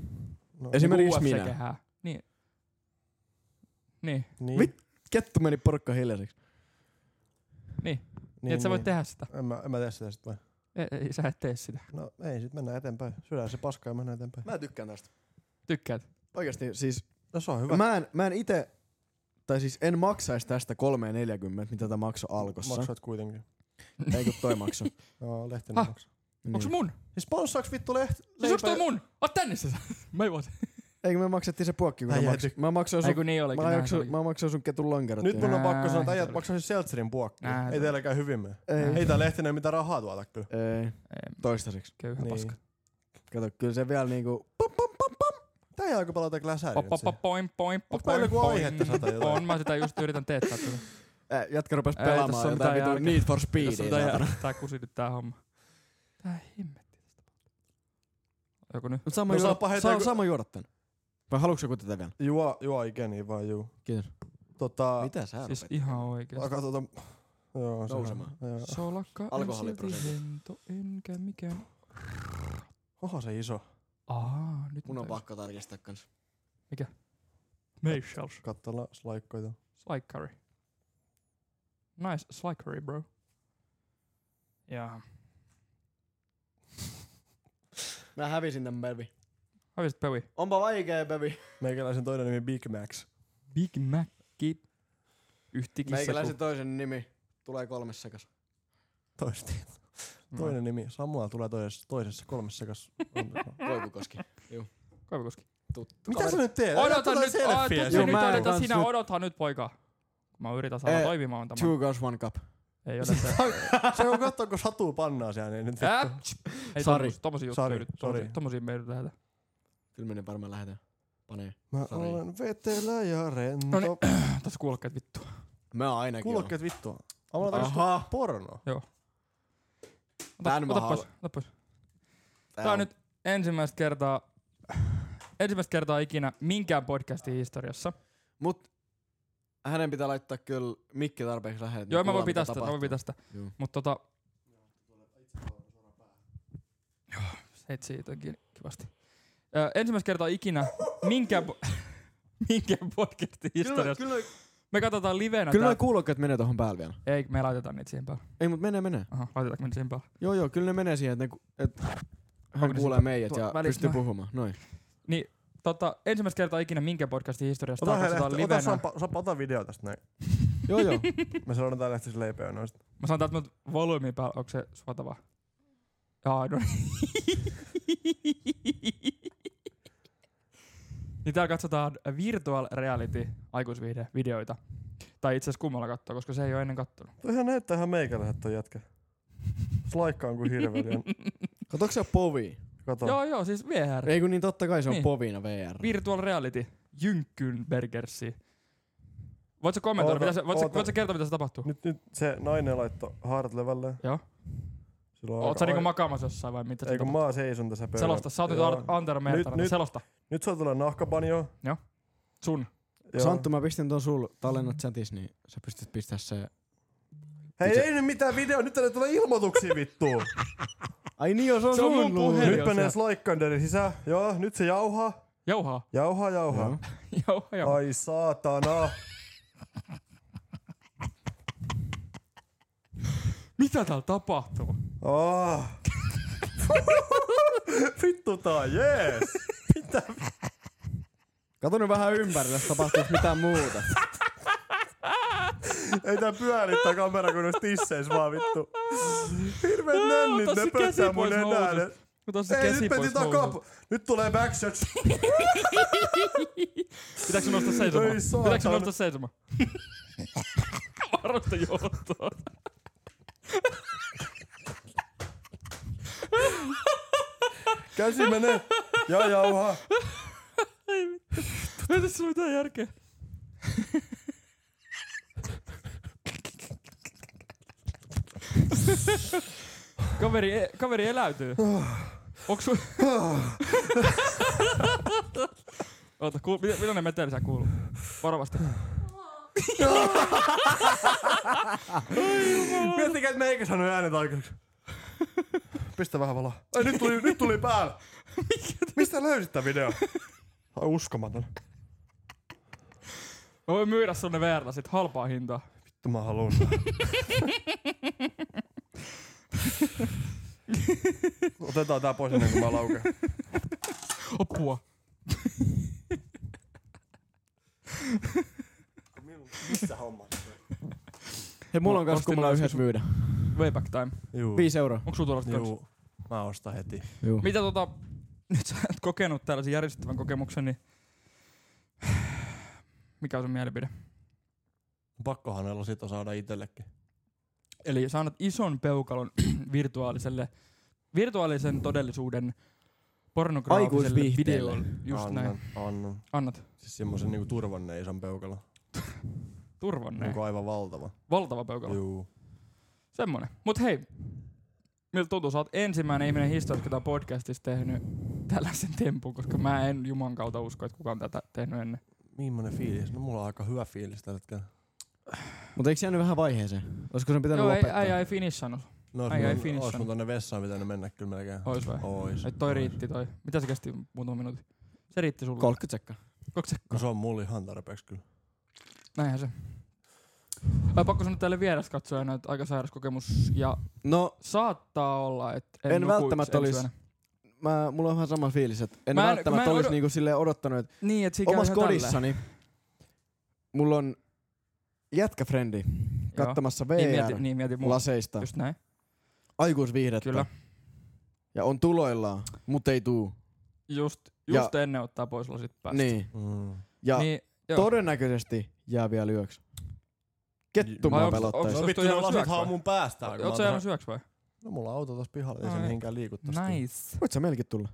Speaker 3: No,
Speaker 4: Esimerkiksi
Speaker 2: Niinku
Speaker 4: minä.
Speaker 2: UFC-kehää. Niin. Niin,
Speaker 3: niin,
Speaker 4: Mit- Kettu meni porukka hiljaiseksi.
Speaker 2: niin, et sä voi tehdä sitä.
Speaker 3: En mä, en mä tee sitä sit vai?
Speaker 2: Ei, ei, sä et tee sitä.
Speaker 3: No ei, sit mennään eteenpäin. Syödään se paska ja mennään eteenpäin.
Speaker 4: Mä tykkään tästä.
Speaker 2: Tykkäät.
Speaker 4: Oikeasti siis,
Speaker 3: No se on hyvä.
Speaker 4: mä en, mä en ite, tai siis en maksaisi tästä 3,40, mitä tää maksoi alkossa.
Speaker 3: Maksoit kuitenkin.
Speaker 4: Ei kun toi makso.
Speaker 3: Joo, lehtinen
Speaker 2: Häh?
Speaker 3: maksaa.
Speaker 4: niin.
Speaker 2: Onks mun?
Speaker 3: Siis sponsaaks vittu leht...
Speaker 2: Siis onks toi mun? Oot tänne se. Mä ei voi.
Speaker 4: Eikö me maksettiin se puokki, kun
Speaker 3: Ai,
Speaker 4: mä,
Speaker 3: jäi
Speaker 4: maks... mä maksoin sun,
Speaker 2: Ei kun niin olikin.
Speaker 4: mä,
Speaker 2: näin se
Speaker 4: jakso,
Speaker 2: olikin.
Speaker 4: mä maksoin sun ketun lonkerot.
Speaker 3: Nyt mun on
Speaker 2: Nää,
Speaker 3: pakko sanoa, että
Speaker 2: se
Speaker 3: äijät
Speaker 2: oli-
Speaker 3: maksaa siis seltserin puokkiin.
Speaker 2: Nää, se
Speaker 3: Ei
Speaker 2: oli-
Speaker 3: teilläkään hyvin mene.
Speaker 4: Ei.
Speaker 3: Ei tää lehtinen mitään rahaa tuota kyllä.
Speaker 4: Ei,
Speaker 2: Ei,
Speaker 4: toistaiseksi.
Speaker 2: Köyhä
Speaker 3: Niin.
Speaker 2: paska.
Speaker 4: Kato, kyllä se vielä niinku...
Speaker 3: Pam, pam, pam, pam. Tää jää aika paljon tätä läsäriä.
Speaker 2: Pa- pa- pa- Poim, poim,
Speaker 3: Onks
Speaker 2: poim,
Speaker 3: meillä joku
Speaker 2: poim.
Speaker 3: aihetta sata jotain?
Speaker 2: On, mä sitä just yritän teettää. tätä.
Speaker 4: Äh, jätkä rupes
Speaker 2: Ei, tässä
Speaker 4: pelaamaan
Speaker 2: on
Speaker 4: jotain
Speaker 2: mitään
Speaker 4: vitu
Speaker 2: järkeä.
Speaker 4: Need for Speedia.
Speaker 2: Tässä on tää
Speaker 4: saatana.
Speaker 2: jär- tää kusityt tää homma. Tää himmetti tästä. Joku nyt.
Speaker 4: Mut Sama,
Speaker 3: No
Speaker 4: no,
Speaker 3: saa
Speaker 4: juoda,
Speaker 3: pahentaa,
Speaker 4: saa,
Speaker 3: kun-
Speaker 4: sama juoda tän. Vai haluatko joku tätä vielä?
Speaker 3: Juo, juo ikeni vaan juu.
Speaker 4: Kiitos.
Speaker 3: Tota,
Speaker 4: Mitä sä
Speaker 2: Siis
Speaker 4: rupeat?
Speaker 2: ihan oikeesti.
Speaker 3: Alkaa tuota... Joo, se on-
Speaker 4: Nousemaan.
Speaker 3: Joo.
Speaker 2: Solakka on
Speaker 4: Alkoholiprosentti.
Speaker 2: silti lento, enkä mikään.
Speaker 3: Oho se iso.
Speaker 2: Aa, nyt
Speaker 4: Mun on
Speaker 2: mä tajusin.
Speaker 4: pakko tarkistaa kans.
Speaker 2: Mayshells.
Speaker 3: Kattella slaikkoita.
Speaker 2: Sly curry. Nice sly curry, bro. Jaa.
Speaker 4: Mä hävisin tän bebi.
Speaker 2: Hävisit pevi.
Speaker 4: Onpa vaikea bebi.
Speaker 3: Meikäläisen toinen nimi Big Max.
Speaker 2: Big Mac. Yhtikissä.
Speaker 4: Meikäläisen toisen nimi tulee kolmessa sekas.
Speaker 3: Toista.
Speaker 2: ku-
Speaker 3: Toinen nimi. Samuel tulee toisessa, toisessa kolmessa sekas.
Speaker 4: Koivukoski.
Speaker 2: Koivukoski.
Speaker 4: Tuttu.
Speaker 3: Mitä sä nyt teet?
Speaker 2: Odota nyt,
Speaker 3: selfieä.
Speaker 2: aa,
Speaker 4: Joo,
Speaker 2: nyt
Speaker 4: mä en
Speaker 2: odota
Speaker 4: kans
Speaker 2: sinä,
Speaker 4: nyt-
Speaker 2: odota nyt poika. Mä yritän saada
Speaker 4: Eh,
Speaker 2: toimimaan tämän.
Speaker 4: Two girls, one cup.
Speaker 2: Ei ole se.
Speaker 3: Se on katsoa, kun satuu pannaa siellä, niin nyt
Speaker 2: Ää,
Speaker 3: vittu.
Speaker 2: tsk. Ei
Speaker 4: Sari.
Speaker 2: tommos- tommosia juttuja
Speaker 3: Sari,
Speaker 2: nyt.
Speaker 3: sori.
Speaker 2: tommosia- Tommosia me ei nyt lähdetä.
Speaker 4: Kyllä menen varmaan lähetään. Panee.
Speaker 3: Mä
Speaker 4: Sori.
Speaker 3: olen vetelä ja
Speaker 2: No
Speaker 3: rento.
Speaker 2: niin. Tässä kuulokkeet vittu.
Speaker 4: Mä ainakin
Speaker 3: Kuulokkeet vittua. Mä olen tarkoittanut
Speaker 4: Aha.
Speaker 3: porno.
Speaker 2: Ota,
Speaker 4: Tän mä
Speaker 2: ota
Speaker 4: haluan.
Speaker 2: pois, ota pois. Tää on nyt ensimmäistä kertaa, ensimmäistä kertaa ikinä minkään podcastin historiassa.
Speaker 4: Mut hänen pitää laittaa kyllä mikki tarpeeksi lähelle. että
Speaker 2: Joo, mä
Speaker 4: kuullaan,
Speaker 2: voin
Speaker 4: mitä
Speaker 2: pitää sitä, mä voin
Speaker 4: Niin tapahtuu.
Speaker 2: pitää sitä.
Speaker 4: Joo.
Speaker 2: Mut tota... Joo, se siitäkin kivasti. Ö, ensimmäistä kertaa ikinä minkään, po- minkään podcastin
Speaker 4: Kyllä,
Speaker 2: historiassa.
Speaker 4: kyllä,
Speaker 2: Me katsotaan livenä
Speaker 4: kyllä
Speaker 2: kyllä,
Speaker 4: noi kuulokkeet menee tohon päälle vielä.
Speaker 2: Ei, me laitetaan niitä siihen päälle.
Speaker 4: Ei, mut menee, menee.
Speaker 2: Aha, laitetaanko me niitä siihen päälle?
Speaker 4: Joo, joo, kyllä ne menee siihen, että ne ku- et hän
Speaker 2: Onko ne
Speaker 4: kuulee
Speaker 2: sitten
Speaker 4: meidät
Speaker 2: tuo-
Speaker 4: ja
Speaker 2: välit-
Speaker 4: pystyy
Speaker 2: no.
Speaker 4: puhumaan. Noin.
Speaker 2: Niin, tota, ensimmäistä kertaa ikinä minkään podcastin historiassa.
Speaker 3: Ota,
Speaker 2: Tää
Speaker 3: hei,
Speaker 2: katsotaan
Speaker 3: lehti, ota,
Speaker 2: livenä.
Speaker 3: Sampa, Sampa, ota video tästä näin.
Speaker 4: Joo, joo.
Speaker 3: Me sanotaan tää lehti sille leipeä noista.
Speaker 2: Mä sanon täältä mut volyymiin päällä, onko se suotavaa? Jaa, no niin. täällä katsotaan virtual reality aikuisviihde videoita. Tai itse asiassa kummalla katsoa, koska se ei ole ennen kattonut.
Speaker 3: Toihan näyttää ihan meikäläiset ton jätkä. Slaikka on kuin hirveliä.
Speaker 4: Katsoks se povi?
Speaker 3: Kato.
Speaker 2: Joo, joo, siis VR.
Speaker 4: Ei kun niin totta kai se on
Speaker 2: Niin.
Speaker 4: povina VR.
Speaker 2: Virtual reality. Jynkkynbergersi. Voit sä kommentoida,
Speaker 3: Oota,
Speaker 2: mitä se, voit, sä,
Speaker 3: oota.
Speaker 2: voit sä kertoa, mitä se tapahtuu?
Speaker 3: Nyt, nyt se nainen laittoi haarat levälle.
Speaker 2: Joo.
Speaker 3: Sillä on
Speaker 2: Oot sä
Speaker 3: aika
Speaker 2: niinku
Speaker 3: ai-
Speaker 2: makaamassa jossain vai mitä? se
Speaker 3: Ei kun
Speaker 2: tapahtuu?
Speaker 3: mä seison tässä pöydällä.
Speaker 2: Selosta, sä oot nyt
Speaker 3: Joo.
Speaker 2: Ar- Antero Mertanen,
Speaker 3: nyt-
Speaker 2: selosta.
Speaker 3: Nyt sulla tulee nahkapanjo.
Speaker 2: Sun.
Speaker 3: Joo.
Speaker 4: Santtu, mä pistin ton sul tallennat chatis, niin sä pystyt pistää se.
Speaker 3: Hei,
Speaker 4: Nyt se-
Speaker 3: ei nyt mitään video, nyt tänne tulee ilmoituksia vittu.
Speaker 4: Ai niin, joo, se on
Speaker 2: Se on mun
Speaker 4: sun luuri.
Speaker 2: puhelin.
Speaker 3: Nyt menee Slaikkanderin sisään. Joo, nyt se jauhaa.
Speaker 2: Jauhaa.
Speaker 3: Jauhaa, jauhaa.
Speaker 4: Joo.
Speaker 2: Jauhaa, jauhaa.
Speaker 3: Ai saatana.
Speaker 2: Mitä täällä tapahtuu?
Speaker 3: Oh. Vittu tää on jees.
Speaker 4: Kato nyt vähän ympärille, jos tapahtuu mitään muuta.
Speaker 3: Ei tää pyöri tää kamera kun olisi tisseis vaan vittu. Hirveet
Speaker 2: Aa,
Speaker 3: nännit,
Speaker 2: ota
Speaker 3: ne
Speaker 2: se
Speaker 3: pöttää
Speaker 2: käsi
Speaker 3: mun
Speaker 2: pois
Speaker 3: nenälle.
Speaker 2: housusta. Ota se
Speaker 3: Ei
Speaker 2: käsi
Speaker 3: nyt
Speaker 2: pois
Speaker 3: meni
Speaker 2: housusta.
Speaker 3: takap. Nyt tulee backshots.
Speaker 2: Pitääkö se nostaa seisomaan?
Speaker 3: Ei saatana.
Speaker 2: Pitääkö se nostaa seisomaan? Varoista johtoon.
Speaker 3: Käsi menee. Ja jauhaa.
Speaker 2: Ei tässä ole mitään järkeä. kaveri, kaveri eläytyy. Onks sun... Oota, kuul... mitä, mitä ne metelisää kuuluu? Varovasti.
Speaker 3: Miettikää, että me eikä saanut äänet aikaiseksi. Pistä vähän valoa. Ai nyt tuli, nyt tuli päällä. Mistä löysit tää video? Ai uskomaton.
Speaker 2: Mä voin myydä sulle VR sit halpaa hintaa.
Speaker 3: Vittu mä haluun. Otetaan tää pois ennen kuin mä laukean.
Speaker 2: Apua.
Speaker 3: Missä homma?
Speaker 4: Hei, mulla on
Speaker 2: Mä
Speaker 4: kans
Speaker 2: ostin
Speaker 4: kummalla
Speaker 2: noin
Speaker 4: yhdessä myydä.
Speaker 2: Wayback time.
Speaker 3: Juu.
Speaker 4: Viisi euroa.
Speaker 2: Onks sulla tulossa kaksi?
Speaker 3: Juu. Mä ostan heti.
Speaker 4: Juu.
Speaker 2: Mitä tota, nyt sä oot kokenut tällaisen järjestettävän kokemuksen, niin mikä on sun mielipide?
Speaker 3: Pakkohan olla sit saada itellekin.
Speaker 2: Eli sä annat ison peukalon virtuaaliselle, virtuaalisen todellisuuden pornograafiselle
Speaker 4: Aikuisviihteelle.
Speaker 2: videolle. Just
Speaker 3: annan,
Speaker 2: näin.
Speaker 3: Annan.
Speaker 2: Annat
Speaker 3: Siis semmosen niinku turvanne ison peukalo.
Speaker 2: turvan näin.
Speaker 3: Niinku aivan valtava.
Speaker 2: Valtava peukalo.
Speaker 3: Juu.
Speaker 2: Semmonen. Mut hei, miltä tuntuu? Sä oot ensimmäinen ihminen historiassa, ketä on podcastissa tehnyt tällaisen tempun, koska mä en juman kautta usko, että kukaan tätä tehnyt ennen.
Speaker 3: Millainen fiilis? No mulla on aika hyvä fiilis tällä hetkellä.
Speaker 4: Mutta eikö se jäänyt vähän vaiheeseen? Olisiko sen pitänyt
Speaker 2: Joo, ei,
Speaker 4: lopettaa?
Speaker 2: ei, ei finissannut.
Speaker 3: No ois
Speaker 2: Ai, ai,
Speaker 3: mun,
Speaker 2: finish
Speaker 3: ois
Speaker 2: on.
Speaker 3: mun tonne vessaan pitänyt mennä kyllä melkein.
Speaker 2: Ois vai?
Speaker 3: Ois.
Speaker 2: Ei, toi riitti toi. Mitä se kesti muutama minuutti? Se riitti sulle.
Speaker 4: 30 sekkaa.
Speaker 2: Kol-
Speaker 3: No se on mulla ihan tarpeeksi kyllä.
Speaker 2: Näinhän se. Ai pakko sanoa tälle vierestä katsojana, että aika sairas kokemus. Ja
Speaker 4: No,
Speaker 2: saattaa olla, että en,
Speaker 4: En
Speaker 2: nuku
Speaker 4: välttämättä
Speaker 2: ensi
Speaker 4: olis-
Speaker 2: yönä.
Speaker 4: mä, mulla on vähän sama fiilis, että en,
Speaker 2: Mä en- mä en
Speaker 4: välttämättä olisi
Speaker 2: odot-
Speaker 4: niinku silleen odottanut, että
Speaker 2: Niin, että siinä käy
Speaker 4: omassa
Speaker 2: ihan tälleen.
Speaker 4: kodissani mulla on jätkäfrendi
Speaker 2: Joo.
Speaker 4: kattamassa
Speaker 2: Niin mieti,
Speaker 4: VR-laseista,
Speaker 2: niin mieti muuta. Just näin.
Speaker 4: aikuisviihdettä.
Speaker 2: Kyllä.
Speaker 4: Ja on tuloillaan, mut ei tuu.
Speaker 2: Just, just ennen ottaa pois lasit päästä.
Speaker 4: Niin.
Speaker 3: Mm.
Speaker 4: Ja
Speaker 2: niin joo.
Speaker 4: todennäköisesti jää vielä yöksi. Kettu
Speaker 2: Vai
Speaker 4: mua
Speaker 2: onks- onks-
Speaker 4: pelottaisi.
Speaker 2: onks-
Speaker 3: No
Speaker 2: Ois
Speaker 3: vittu,
Speaker 2: toi
Speaker 3: ne
Speaker 2: ihan
Speaker 3: lasit
Speaker 2: syöks vai?
Speaker 3: haa mun päästä. kun mä
Speaker 2: Oot
Speaker 3: oon
Speaker 2: sä jäänyt
Speaker 3: tää-
Speaker 2: syöksi vai?
Speaker 3: No mulla on auto tässä pihalla, ei
Speaker 2: No
Speaker 3: se
Speaker 2: niin.
Speaker 3: mihinkään liiku tosta.
Speaker 2: Nice.
Speaker 4: Voit sä melkein tulla?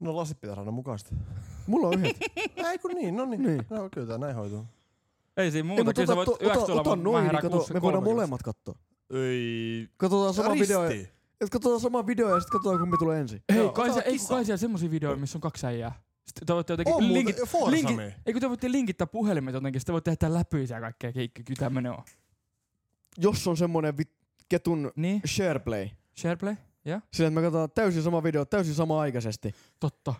Speaker 3: No lasit pitää saada mukasta.
Speaker 4: Mulla on yhdet.
Speaker 3: Ei kun niin, no niin.
Speaker 4: Niin.
Speaker 3: No kyllä tää näin hoituu.
Speaker 2: Ei siinä
Speaker 4: Ei,
Speaker 2: muuta,
Speaker 4: tota, mut
Speaker 2: kyllä sä voit
Speaker 4: ota-
Speaker 2: yöksi
Speaker 4: ota-
Speaker 2: tulla,
Speaker 4: ota
Speaker 2: mutta mä
Speaker 4: noin,
Speaker 2: herään
Speaker 4: niin kato, me voidaan
Speaker 2: 6.30.
Speaker 4: molemmat katsoa.
Speaker 3: Ei.
Speaker 4: Katsotaan sama
Speaker 3: Risti.
Speaker 4: video, ja, et katsotaan sama video ja sitten katsotaan kumpi tulee ensin.
Speaker 2: Hei,
Speaker 3: Joo,
Speaker 2: kai
Speaker 3: ota
Speaker 2: siellä, ei,
Speaker 3: kisa.
Speaker 2: kai siellä semmosia videoita, missä on kaksi äijää. Sitten te voitte
Speaker 3: On
Speaker 2: jotenkin
Speaker 3: muuten
Speaker 2: linkit,
Speaker 3: Forsami.
Speaker 2: linkit- ei kun te voitte linkittää puhelimet jotenkin, sitten te voitte tehdä läpyisiä ja kaikkea, keikki, kyllä tämmönen on.
Speaker 4: Jos on semmonen vit, ketun
Speaker 2: Niin,
Speaker 4: shareplay,
Speaker 2: SharePlay?
Speaker 4: sillä että me katsotaan täysin sama video, täysin sama aikaisesti.
Speaker 2: Totta.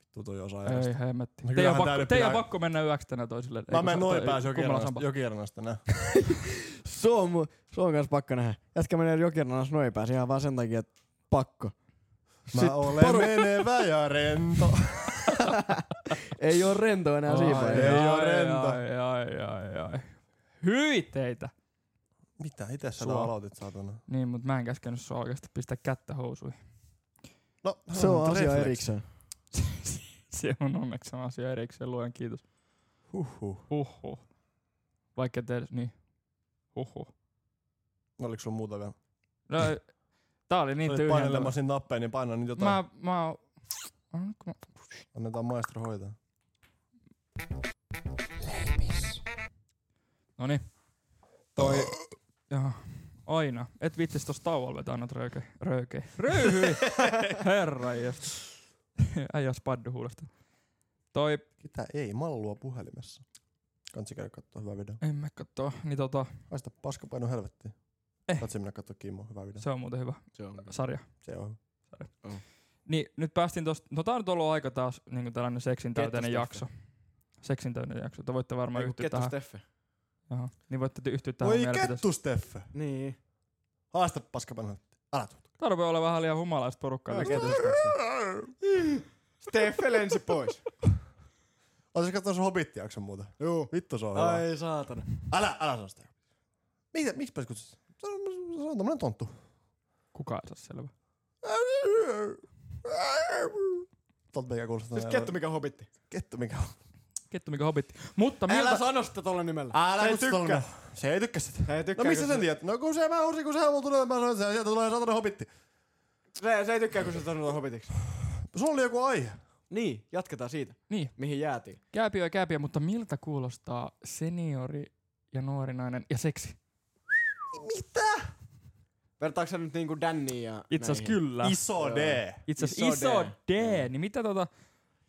Speaker 3: Vittu toi osaa
Speaker 2: Ei hemmetti.
Speaker 3: No
Speaker 2: No, teidän
Speaker 3: kyllähän
Speaker 2: on
Speaker 3: tää
Speaker 2: pakko,
Speaker 3: nyt
Speaker 2: teidän on
Speaker 3: pitää-
Speaker 2: pakko mennä yöksi tänään toisille.
Speaker 3: Mä menen noin pääs
Speaker 2: jokin
Speaker 3: jokirannasta tänään.
Speaker 4: Se on, mu- se on kans pakko nähdä. Jätkä menee jokernanas noin pääs ihan vaan sen takia, että pakko. Sit
Speaker 3: Mä olen
Speaker 4: poru-
Speaker 3: menevä ja rento.
Speaker 4: ei oo rento enää siinä
Speaker 3: Ai, ei.
Speaker 4: vaiheessa.
Speaker 3: oo rento.
Speaker 2: Ai, ai, ai, ai. Hyi teitä.
Speaker 3: Mitä? Itse sä
Speaker 2: Sua.
Speaker 3: aloitit saatana.
Speaker 2: Niin, mut mä en käskenyt sua oikeesti pistää kättä housuihin.
Speaker 3: No,
Speaker 4: Se on asia
Speaker 3: refleksi.
Speaker 4: erikseen.
Speaker 2: Se on onneksi on asia erikseen, luen kiitos.
Speaker 3: Huhhuh.
Speaker 2: Huhhuh. Vaikka te niin. Huhhuh.
Speaker 3: Oliko sulla muuta vielä?
Speaker 2: No, tää oli niin
Speaker 3: Niin
Speaker 2: tyhjä.
Speaker 3: painelemassa sinne nappeihin, niin paina nyt jotain.
Speaker 2: Mä, mä, oon- Anna, kun mä,
Speaker 3: Annetaan maestro hoitaa.
Speaker 2: No niin. Toi... Jaha. Aina. Et vittis tossa tauolla vetää annat röyke. Röyke. Röyhy! Herra jästä. Äijä spaddu huulesta. Toi...
Speaker 3: Mitä ei? Mallua puhelimessa. Kansi käydä kattoo hyvä video.
Speaker 2: En mä kattoo. Niin tota...
Speaker 3: Haista paskapaino helvettiin.
Speaker 2: Eh.
Speaker 3: Katso minä katso Kimmo, hyvä video.
Speaker 2: Se on muuten hyvä
Speaker 4: Se on.
Speaker 2: sarja.
Speaker 3: Se on hyvä.
Speaker 2: Niin, nyt päästiin tosta, no tää on nyt ollut aika taas niinku tällainen seksin täyteinen
Speaker 4: Kettusta.
Speaker 2: jakso. Seksin täyteinen jakso, te voitte varmaan yhtyä
Speaker 4: kettu
Speaker 2: tähän.
Speaker 4: Steffe.
Speaker 2: Jaha. Niin voitte ty- yhtyä tähän
Speaker 3: Voi
Speaker 2: mielipiteeseen.
Speaker 3: kettu Steffe!
Speaker 4: Niin.
Speaker 3: Haasta paskapanhantti. Älä tuu.
Speaker 2: Tarve olla vähän liian humalaista porukkaa.
Speaker 4: Älä
Speaker 2: tässä.
Speaker 4: kettu Steffe. Steffe lensi pois.
Speaker 3: Oletko katsonut sun Hobbit-jakson muuten?
Speaker 4: Juu.
Speaker 3: Vittu se on hyvä.
Speaker 4: Ai saatana.
Speaker 3: Älä, älä sano sitä. Mitä, miksi pääs kutsut? Se on, se on tommonen tonttu.
Speaker 2: Kuka ei saa selvä.
Speaker 3: Tonttu mikä kuulostaa.
Speaker 4: Siis kettu mikä hobitti.
Speaker 3: Kettu mikä on.
Speaker 2: Kettu mikä hobitti. Mutta
Speaker 4: Älä
Speaker 2: miltä...
Speaker 4: sano sitä tolla nimellä.
Speaker 3: Älä
Speaker 4: se ei
Speaker 3: kutsu
Speaker 4: tykkää.
Speaker 3: tolle. Se ei tykkää sitä.
Speaker 4: Se ei tykkää.
Speaker 3: No missä
Speaker 4: kun
Speaker 3: sen tiedät? No kun se mä osin, kun se mulla tulee, mä sanoin, että sieltä tulee satana hobitti.
Speaker 4: Se, se ei tykkää, kun sä sanotaan hobitiksi.
Speaker 3: Sulla oli joku aihe.
Speaker 4: Niin, jatketaan siitä.
Speaker 2: Niin.
Speaker 4: Mihin jäätiin.
Speaker 2: Kääpiö ja kääpiö, mutta miltä kuulostaa seniori ja nuori nainen ja seksi?
Speaker 4: Vertaako sä nyt niinku Danniin ja
Speaker 2: Itse asiassa
Speaker 4: näihin?
Speaker 2: kyllä.
Speaker 3: Iso D.
Speaker 2: Itse asiassa iso,
Speaker 4: Iso
Speaker 2: D. Niin mitä tota...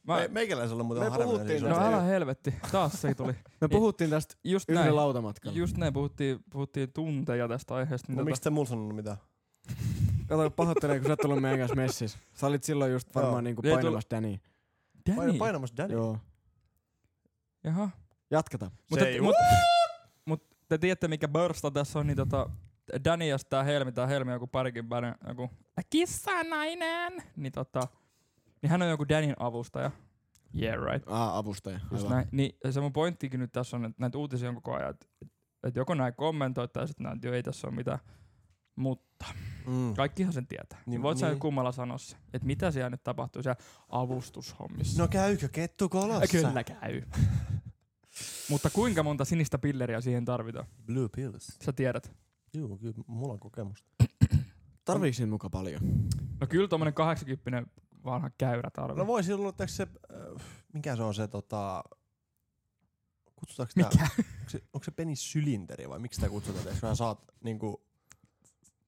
Speaker 2: Mä,
Speaker 3: Me, meikäläisellä on muuten
Speaker 4: Me
Speaker 3: ihan harvinainen
Speaker 4: puhuttiin
Speaker 3: iso
Speaker 2: no
Speaker 3: D.
Speaker 2: älä helvetti. Taas se tuli.
Speaker 4: Me puhuttiin tästä
Speaker 2: Just näin.
Speaker 4: yhden lautamatkalla.
Speaker 2: Just näin puhuttiin, puhuttiin tunteja tästä aiheesta.
Speaker 3: No
Speaker 2: tota-
Speaker 3: miksi te mulla sanonut mitään?
Speaker 4: Kato, pahoittelen, kun sä oot ollut meidän kanssa messissä. Sä olit silloin just varmaan
Speaker 3: Joo.
Speaker 4: niinku
Speaker 2: Ei
Speaker 4: painamassa Danny.
Speaker 2: Danny.
Speaker 3: Pain- Painamassa Danny.
Speaker 4: Joo.
Speaker 2: Jaha.
Speaker 4: Jatketaan.
Speaker 2: Mutta,
Speaker 3: ei-
Speaker 2: mut, mut, te tiedätte mikä börsta tässä on, niin tota, Dani ja tää Helmi, tää Helmi on joku parikin päivän joku kissanainen, niin tota, niin hän on joku Danin avustaja. Yeah right.
Speaker 4: Ah, avustaja.
Speaker 2: Just näin. Niin se mun pointtikin nyt tässä on, että näitä uutisia on koko ajan, että et joko näin kommentoi tai sitten näin, että joo, ei tässä ole mitään. Mutta
Speaker 3: Mm.
Speaker 2: kaikkihan sen tietää. Niin,
Speaker 3: Niin,
Speaker 2: voit sä
Speaker 3: niin.
Speaker 2: nyt kummalla sanoa se, että mitä siellä nyt tapahtuu siellä avustushommissa.
Speaker 3: No käykö kettu kolossa?
Speaker 2: Äh, Kyllä käy. Mutta kuinka monta sinistä pilleriä siihen tarvitaan?
Speaker 3: Blue pills.
Speaker 2: Sä tiedät.
Speaker 3: Joo, kyllä mulla on kokemusta.
Speaker 4: Tarviiks siinä muka paljon?
Speaker 2: No kyllä tommonen 80 vanha käyrä tarvitaan.
Speaker 3: No
Speaker 2: No,
Speaker 3: voi olla, että se, äh, mikä se on se tota, kutsutaanko
Speaker 2: Mikä?
Speaker 3: tää, onko se, onko se penissylinteri vai miksi sitä kutsutaan? Eikö sä saat niinku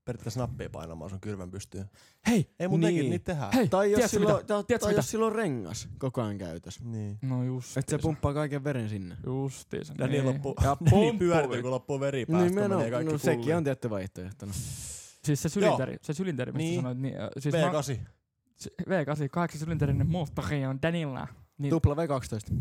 Speaker 3: periaatteessa nappia painamaan sun kyrvän pystyyn?
Speaker 2: Hei!
Speaker 3: Ei mun niin.
Speaker 4: Niin.
Speaker 3: niitä tehdään.
Speaker 2: Hei!
Speaker 4: Tai jos,
Speaker 2: tiedätkö
Speaker 4: silloin, ta,
Speaker 2: Tiedätkö
Speaker 4: tai
Speaker 2: mitä?
Speaker 4: jos silloin on rengas koko ajan käytössä.
Speaker 3: Niin.
Speaker 2: No just.
Speaker 4: Että se pumppaa kaiken veren sinne.
Speaker 2: Justiinsa.
Speaker 3: Ja niin
Speaker 2: niin.
Speaker 3: loppuu.
Speaker 2: Ja
Speaker 3: Niin pyörtyy,
Speaker 2: pumppu.
Speaker 3: kun loppuu veri päästä, niin menee kaikki
Speaker 4: no,
Speaker 3: no,
Speaker 4: sekin on tietty vaihtoehto. No.
Speaker 2: Siis se sylinteri, se sylinteri, mistä niin.
Speaker 3: Niin.
Speaker 2: sanoit. Niin, äh, siis mä,
Speaker 3: V8.
Speaker 2: se- V8, kahdeksan sylinterinen moottori on Danilla. Niin,
Speaker 4: Tupla V12.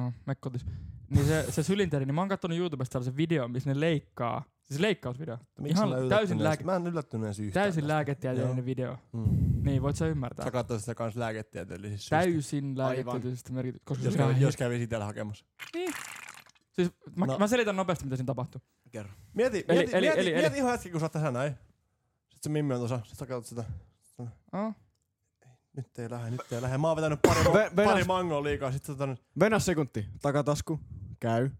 Speaker 2: oh, mekkotis. Niin se, se sylinteri, niin mä oon kattonut YouTubesta tällaisen videon, missä ne leikkaa. Siis leikkausvideo.
Speaker 3: Miksi
Speaker 2: Ihan
Speaker 3: mä
Speaker 2: täysin
Speaker 3: yllättynyt
Speaker 2: lääke-
Speaker 3: edes- Mä en yllättynyt edes yhtään.
Speaker 2: Täysin
Speaker 3: tästä.
Speaker 2: lääketieteellinen video.
Speaker 3: Mm.
Speaker 2: Niin, voit sä ymmärtää.
Speaker 3: Sä katsoit sitä kans lääketieteellisistä syistä.
Speaker 2: Täysin lääketieteellisestä merkitystä. Koska
Speaker 3: Jos,
Speaker 2: se on
Speaker 3: kävi,
Speaker 2: ihan
Speaker 3: jos kävi siellä hakemassa.
Speaker 2: Siis mä, no.
Speaker 3: No.
Speaker 2: mä selitän nopeasti, mitä siinä tapahtuu.
Speaker 4: Kerro.
Speaker 3: Mieti,
Speaker 2: Eli-
Speaker 3: mieti,
Speaker 2: eli-
Speaker 3: mieti,
Speaker 2: eli-
Speaker 3: mieti
Speaker 2: eli-
Speaker 3: ihan hetki, kun sä oot tässä näin. Sitten se Mimmi on tuossa, sit sä katsot sitä.
Speaker 2: Oh.
Speaker 3: Nyt ei lähde, nyt ei lähde. Mä oon vetänyt pari, ma-
Speaker 4: Ve- venas-
Speaker 3: pari mangoa liikaa, sit sä oot tänne-
Speaker 4: Venä sekunti. Takatasku. Käy.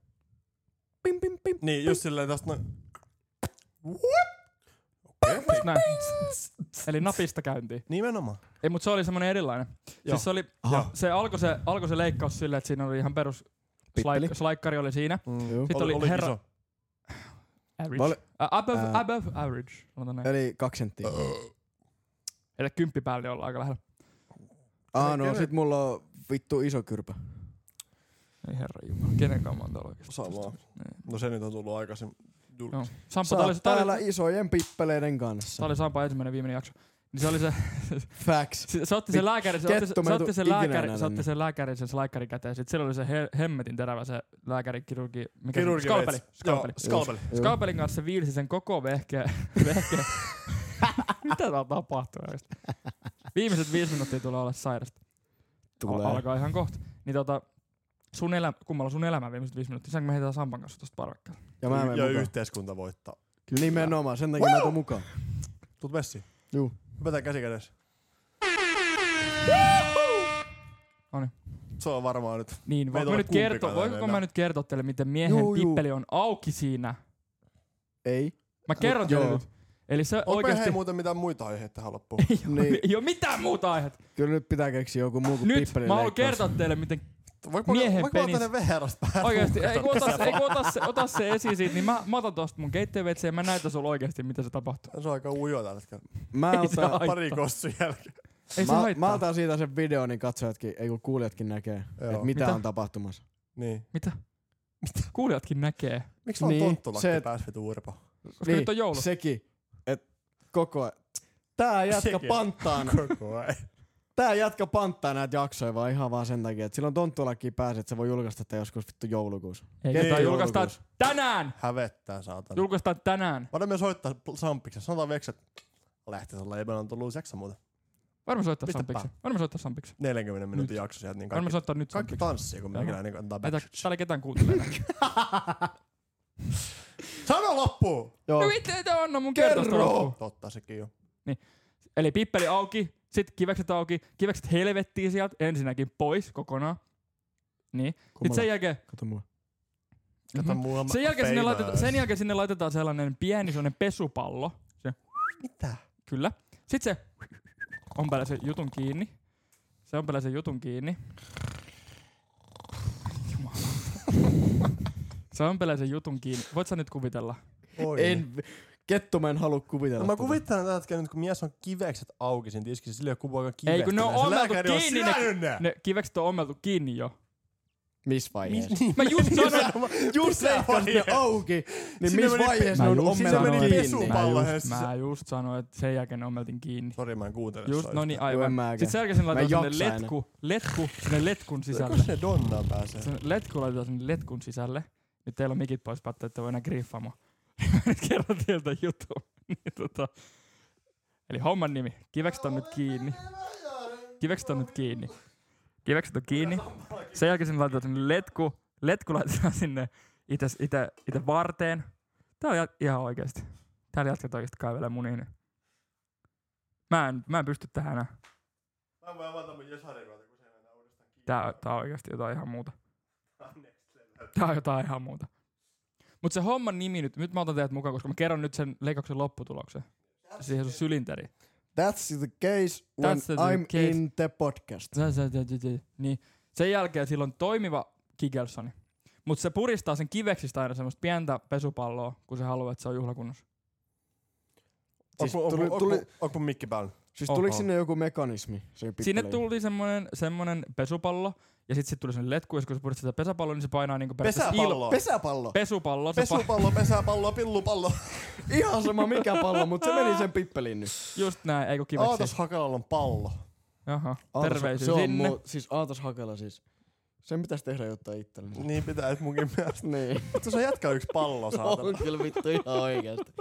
Speaker 4: Pim, pim, pim.
Speaker 3: Niin, just silleen tosta noin. What? Okei.
Speaker 2: Näin. Eli napista käyntiin.
Speaker 3: Nimenomaan.
Speaker 2: Ei, mutta se oli semmoinen erilainen.
Speaker 3: Joo.
Speaker 2: Siis se, oli,
Speaker 4: Aha.
Speaker 2: se, alkoi se, alkoi se leikkaus silleen, että siinä oli ihan perus
Speaker 4: Pippeli.
Speaker 2: slaik, slaikkari oli siinä.
Speaker 4: Juu.
Speaker 2: Sitten oli,
Speaker 3: oli
Speaker 2: herra...
Speaker 3: iso.
Speaker 2: Average.
Speaker 4: Mä olin-
Speaker 2: Ä, above,
Speaker 4: Ää.
Speaker 2: above average. Sanotaan näin.
Speaker 4: Eli kaksi senttiä.
Speaker 2: Oh. Eli kymppi päälle ollaan aika lähellä.
Speaker 4: Ah, no
Speaker 3: Kenen-
Speaker 4: sit mulla on vittu iso kyrpä.
Speaker 2: Ei herra jumala, kenen kanssa mä oon täällä oikeesti?
Speaker 3: Samaa.
Speaker 2: Niin.
Speaker 3: No se nyt on tullut aikaisemmin.
Speaker 2: Joo. Sampo,
Speaker 4: Sä
Speaker 2: tää
Speaker 4: oot
Speaker 2: oli, tää
Speaker 4: täällä
Speaker 2: oli,
Speaker 4: isojen pippeleiden kanssa.
Speaker 2: tää oli Sampa ensimmäinen viimeinen jakso. Niin se oli se,
Speaker 4: Facts.
Speaker 2: se, se otti sen
Speaker 4: Vit-
Speaker 2: lääkärin, se otti,
Speaker 4: kettu,
Speaker 2: se,
Speaker 4: mä
Speaker 2: se
Speaker 4: en
Speaker 2: otti
Speaker 4: tuu
Speaker 2: sen
Speaker 4: ikinä
Speaker 2: lääkärin,
Speaker 4: enää
Speaker 2: se otti
Speaker 4: tänne.
Speaker 2: sen lääkärin, sen lääkärin käteen. Sitten siellä oli se he, hemmetin terävä se lääkäri, kirurgi, mikä se-
Speaker 3: Kirurgi
Speaker 2: skalpeli,
Speaker 3: veits.
Speaker 2: skalpeli.
Speaker 3: Joo, Skalpeli.
Speaker 4: Joo.
Speaker 2: Skaapelin kanssa se viilsi sen koko vehkeä. vehkeä. Mitä täällä tapahtuu oikeesti? Viimeiset viisi minuuttia tulee olla sairasta. Al-
Speaker 4: Tulee.
Speaker 2: alkaa ihan kohta. Niin tota, sun elä, kummalla sun elämä viimeiset viisi minuuttia? Saanko me heitään Sampan kanssa tosta parvekkeelta?
Speaker 4: Ja mä menen
Speaker 3: ja
Speaker 4: mukaan.
Speaker 3: yhteiskunta voittaa.
Speaker 4: Nimenomaan, sen takia mä tuun mukaan.
Speaker 3: Tuut Messi.
Speaker 4: Juu.
Speaker 3: Hypätään käsi kädessä.
Speaker 2: Noniin.
Speaker 3: Se on varmaan nyt.
Speaker 2: Niin,
Speaker 3: Meitä
Speaker 2: voinko mä
Speaker 3: ole
Speaker 2: nyt kertoa,
Speaker 3: kumpikaan
Speaker 2: voinko mä
Speaker 3: enää.
Speaker 2: nyt kertoa teille, miten miehen
Speaker 4: Juu, juu.
Speaker 2: pippeli on auki siinä?
Speaker 4: Ei.
Speaker 2: Mä kerron teille
Speaker 4: joo.
Speaker 2: nyt. Eli se
Speaker 3: Onko meillä
Speaker 2: oikeesti...
Speaker 3: hei muuten mitään muita aiheita tähän loppuun?
Speaker 2: Ei oo,
Speaker 4: Niin.
Speaker 2: ei oo mitään muuta aihetta.
Speaker 4: Kyllä nyt pitää keksiä joku muu kuin
Speaker 2: Nyt
Speaker 4: pippelin
Speaker 2: mä haluan
Speaker 4: leikkaus.
Speaker 2: kertoa teille, miten
Speaker 3: Voiko
Speaker 2: Miehen
Speaker 3: voiko mä
Speaker 2: penis.
Speaker 3: ottaa ne VRstä päähän?
Speaker 2: oikeesti, ei kun ota,
Speaker 3: Tässä
Speaker 2: se, ei kun ota, se, ota se esiin siitä, niin mä, mä otan tosta mun keittiöveitseen ja mä näytän sulle oikeesti, mitä se tapahtuu.
Speaker 3: Se on aika ujoa tällä hetkellä.
Speaker 4: Mä
Speaker 2: Ei se
Speaker 4: otan,
Speaker 2: haittaa.
Speaker 3: Pari kossun jälkeen.
Speaker 2: Ei se
Speaker 4: mä,
Speaker 2: haittaa.
Speaker 4: mä otan siitä sen videon, niin katsojatkin, ei kun kuulijatkin näkee,
Speaker 3: Joo.
Speaker 4: että mitä,
Speaker 2: Mitä?
Speaker 4: on tapahtumassa.
Speaker 3: Niin.
Speaker 2: Mitä? Kuulijatkin näkee.
Speaker 3: Miksi on
Speaker 4: Niin,
Speaker 3: niin, tonttulakki
Speaker 4: se-
Speaker 3: se... pääs vitu urpa?
Speaker 2: Koska niin. nyt on joulu. Se...
Speaker 4: Sekin, että koko ajan. Tää jätkä
Speaker 3: Sekin.
Speaker 4: panttaa.
Speaker 3: Koko ajan.
Speaker 4: Tää jätkä panttaa näitä jaksoja vaan ihan vaan sen takia, että silloin tonttulakiin pääsee, että se voi julkaista tätä joskus vittu joulukuussa.
Speaker 2: Ei,
Speaker 4: Kertaa
Speaker 2: niin, julkaistaan
Speaker 4: joulukuussa.
Speaker 2: tänään!
Speaker 3: Hävettää saatana. Jul-
Speaker 2: Julkaistaan tänään.
Speaker 3: Voidaan myös soittaa pl- Sampiksen. Sanotaan veksi, että lähtee olla ei meillä on tullut jakso muuten.
Speaker 2: Varmaan soittaa
Speaker 3: Pistä
Speaker 2: Sampiksi. Varmaan soittaa Sampiksi.
Speaker 3: 40 minuutin jakso sieltä, niin
Speaker 2: Varmaan
Speaker 3: kaikki,
Speaker 2: soittaa nyt
Speaker 3: kaikki
Speaker 2: Sampiksi.
Speaker 3: tanssii, kun minä
Speaker 2: Joo.
Speaker 3: kyllä niin antaa
Speaker 2: Ei tää-
Speaker 3: backshit.
Speaker 2: Täällä ketään kuuntelee.
Speaker 3: Sano loppuun!
Speaker 4: Joo.
Speaker 2: No mitä ei tää anna mun kertoista loppuun.
Speaker 3: Kerro! Totta sekin jo.
Speaker 2: Eli pippeli auki, sit kivekset auki, kivekset helvettiin sieltä ensinnäkin pois kokonaan. Niin. Sitten sen jälkeen,
Speaker 4: Kato mua.
Speaker 3: Kato mua.
Speaker 2: Mhm. sen, jälkeen sinne
Speaker 3: peilaa.
Speaker 2: laitetaan, sen jälkeen sinne laitetaan sellainen pieni sellainen pesupallo. Se,
Speaker 3: Mitä?
Speaker 2: kyllä. Sitten se on päällä se jutun kiinni. Se on päällä se jutun kiinni. Jumala. Se on päällä se jutun kiinni. Voit sä nyt kuvitella?
Speaker 3: Oi.
Speaker 4: En, kettu mä en halua kuvitella. tota,
Speaker 3: No mä
Speaker 4: tätä.
Speaker 3: kuvittelen tällä hetkellä nyt, kun mies on kivekset auki siinä tiskissä, sillä ei ole kuvakaan kivekset.
Speaker 2: Ei, kun ne on
Speaker 3: Se
Speaker 2: ommeltu
Speaker 3: lääkäri on
Speaker 2: kiinni ne-
Speaker 3: syönyt ne.
Speaker 2: Ne kivekset on ommeltu kiinni jo.
Speaker 4: Missä vaiheessa?
Speaker 2: Mä just sanoin,
Speaker 4: Just
Speaker 3: Mitä
Speaker 4: leikkasit ne
Speaker 3: vaiheessa?
Speaker 4: auki, niin
Speaker 3: Sinne
Speaker 4: missä
Speaker 3: meni
Speaker 4: vaiheessa
Speaker 2: pe-
Speaker 4: ne on
Speaker 2: Mä just
Speaker 4: ommeltu
Speaker 2: sanoin,
Speaker 4: kiinni?
Speaker 2: että
Speaker 3: pesupallo-
Speaker 2: mä
Speaker 3: Pallohan
Speaker 2: just,
Speaker 3: se-
Speaker 2: mä just sanoin, että sen jälkeen ommeltin kiinni.
Speaker 3: Sori, mä en kuuntele.
Speaker 2: Just,
Speaker 3: sua
Speaker 2: no niin,
Speaker 3: yhtään.
Speaker 2: aivan.
Speaker 4: En mäkään.
Speaker 2: Sitten sen jälkeen sinne
Speaker 4: Mä en
Speaker 2: laitetaan sinne
Speaker 4: jaksa
Speaker 2: letku, letku, sinne letkun sisälle.
Speaker 3: Kun ne Donnaan pääsee.
Speaker 2: Sen letku laitetaan sinne letkun sisälle. Nyt teillä on mikit pois, päättää, että voi enää griffaamaan. Nyt kerron teiltä jutun. Niin, tota. Eli homman nimi. Kivekset on nyt kiinni. Kivekset on nyt kiinni. Kivekset on kiinni. Sen jälkeen sinne laitetaan sinne letku. Letku laitetaan sinne itse, itse, itse varteen. Tää on jat- ihan oikeesti. Täällä jatketaan oikeesti kaivelee munin. Mä en, mä en pysty tähän enää.
Speaker 3: Mä voin avata mun Jesarin kautta, kun se ei enää uudestaan kiinni.
Speaker 2: Tää, tää on oikeasti jotain ihan muuta. Tää on jotain ihan muuta. Mut se homman nimi nyt, nyt mä otan teidät mukaan, koska mä kerron nyt sen leikkauksen lopputuloksen. Siis Siihen sun sylinteriin.
Speaker 4: That's the case when
Speaker 2: That's the
Speaker 4: I'm
Speaker 2: case.
Speaker 4: in the podcast.
Speaker 2: Sä- sä- sä- sä- sä- Niin. Sen jälkeen sillä on toimiva Kikelsoni. Mut se puristaa sen kiveksistä aina semmoista pientä pesupalloa, kun se haluaa, että se on juhlakunnossa.
Speaker 4: Siis
Speaker 3: Onko- onko-
Speaker 4: tuli-
Speaker 3: onko-
Speaker 4: tuli-
Speaker 3: Onko mun mikki päällä?
Speaker 4: Siis
Speaker 2: Oho.
Speaker 4: tuliko sinne joku mekanismi? Se
Speaker 2: Sinne
Speaker 4: pippeli?
Speaker 2: tuli semmonen, semmonen pesupallo, ja sit, sit tuli sen letku, ja sit kun se puristaa sitä pesapalloa, niin se painaa niinku periaatteessa
Speaker 3: Pesäpallo.
Speaker 4: Pesäpallo.
Speaker 2: Pesupallo. Se pa-
Speaker 3: Pesupallo, pesäpallo, pillupallo.
Speaker 4: Ihan sama mikä pallo, mutta se meni sen pippeliin nyt.
Speaker 2: just näin, eikö kiveksi?
Speaker 3: Aatos Hakalalla on pallo.
Speaker 2: Jaha,
Speaker 4: Aatos-
Speaker 2: terveisiä
Speaker 4: se on
Speaker 2: sinne.
Speaker 4: Muu, siis Aatos Hakela siis. Sen pitäisi tehdä jotain itsellensä.
Speaker 3: Niin pitää, et munkin mielestä.
Speaker 4: Niin.
Speaker 3: Vittu se jätkä on yksi pallo,
Speaker 4: on
Speaker 3: saatana.
Speaker 4: kyllä vittu ihan oikeesti.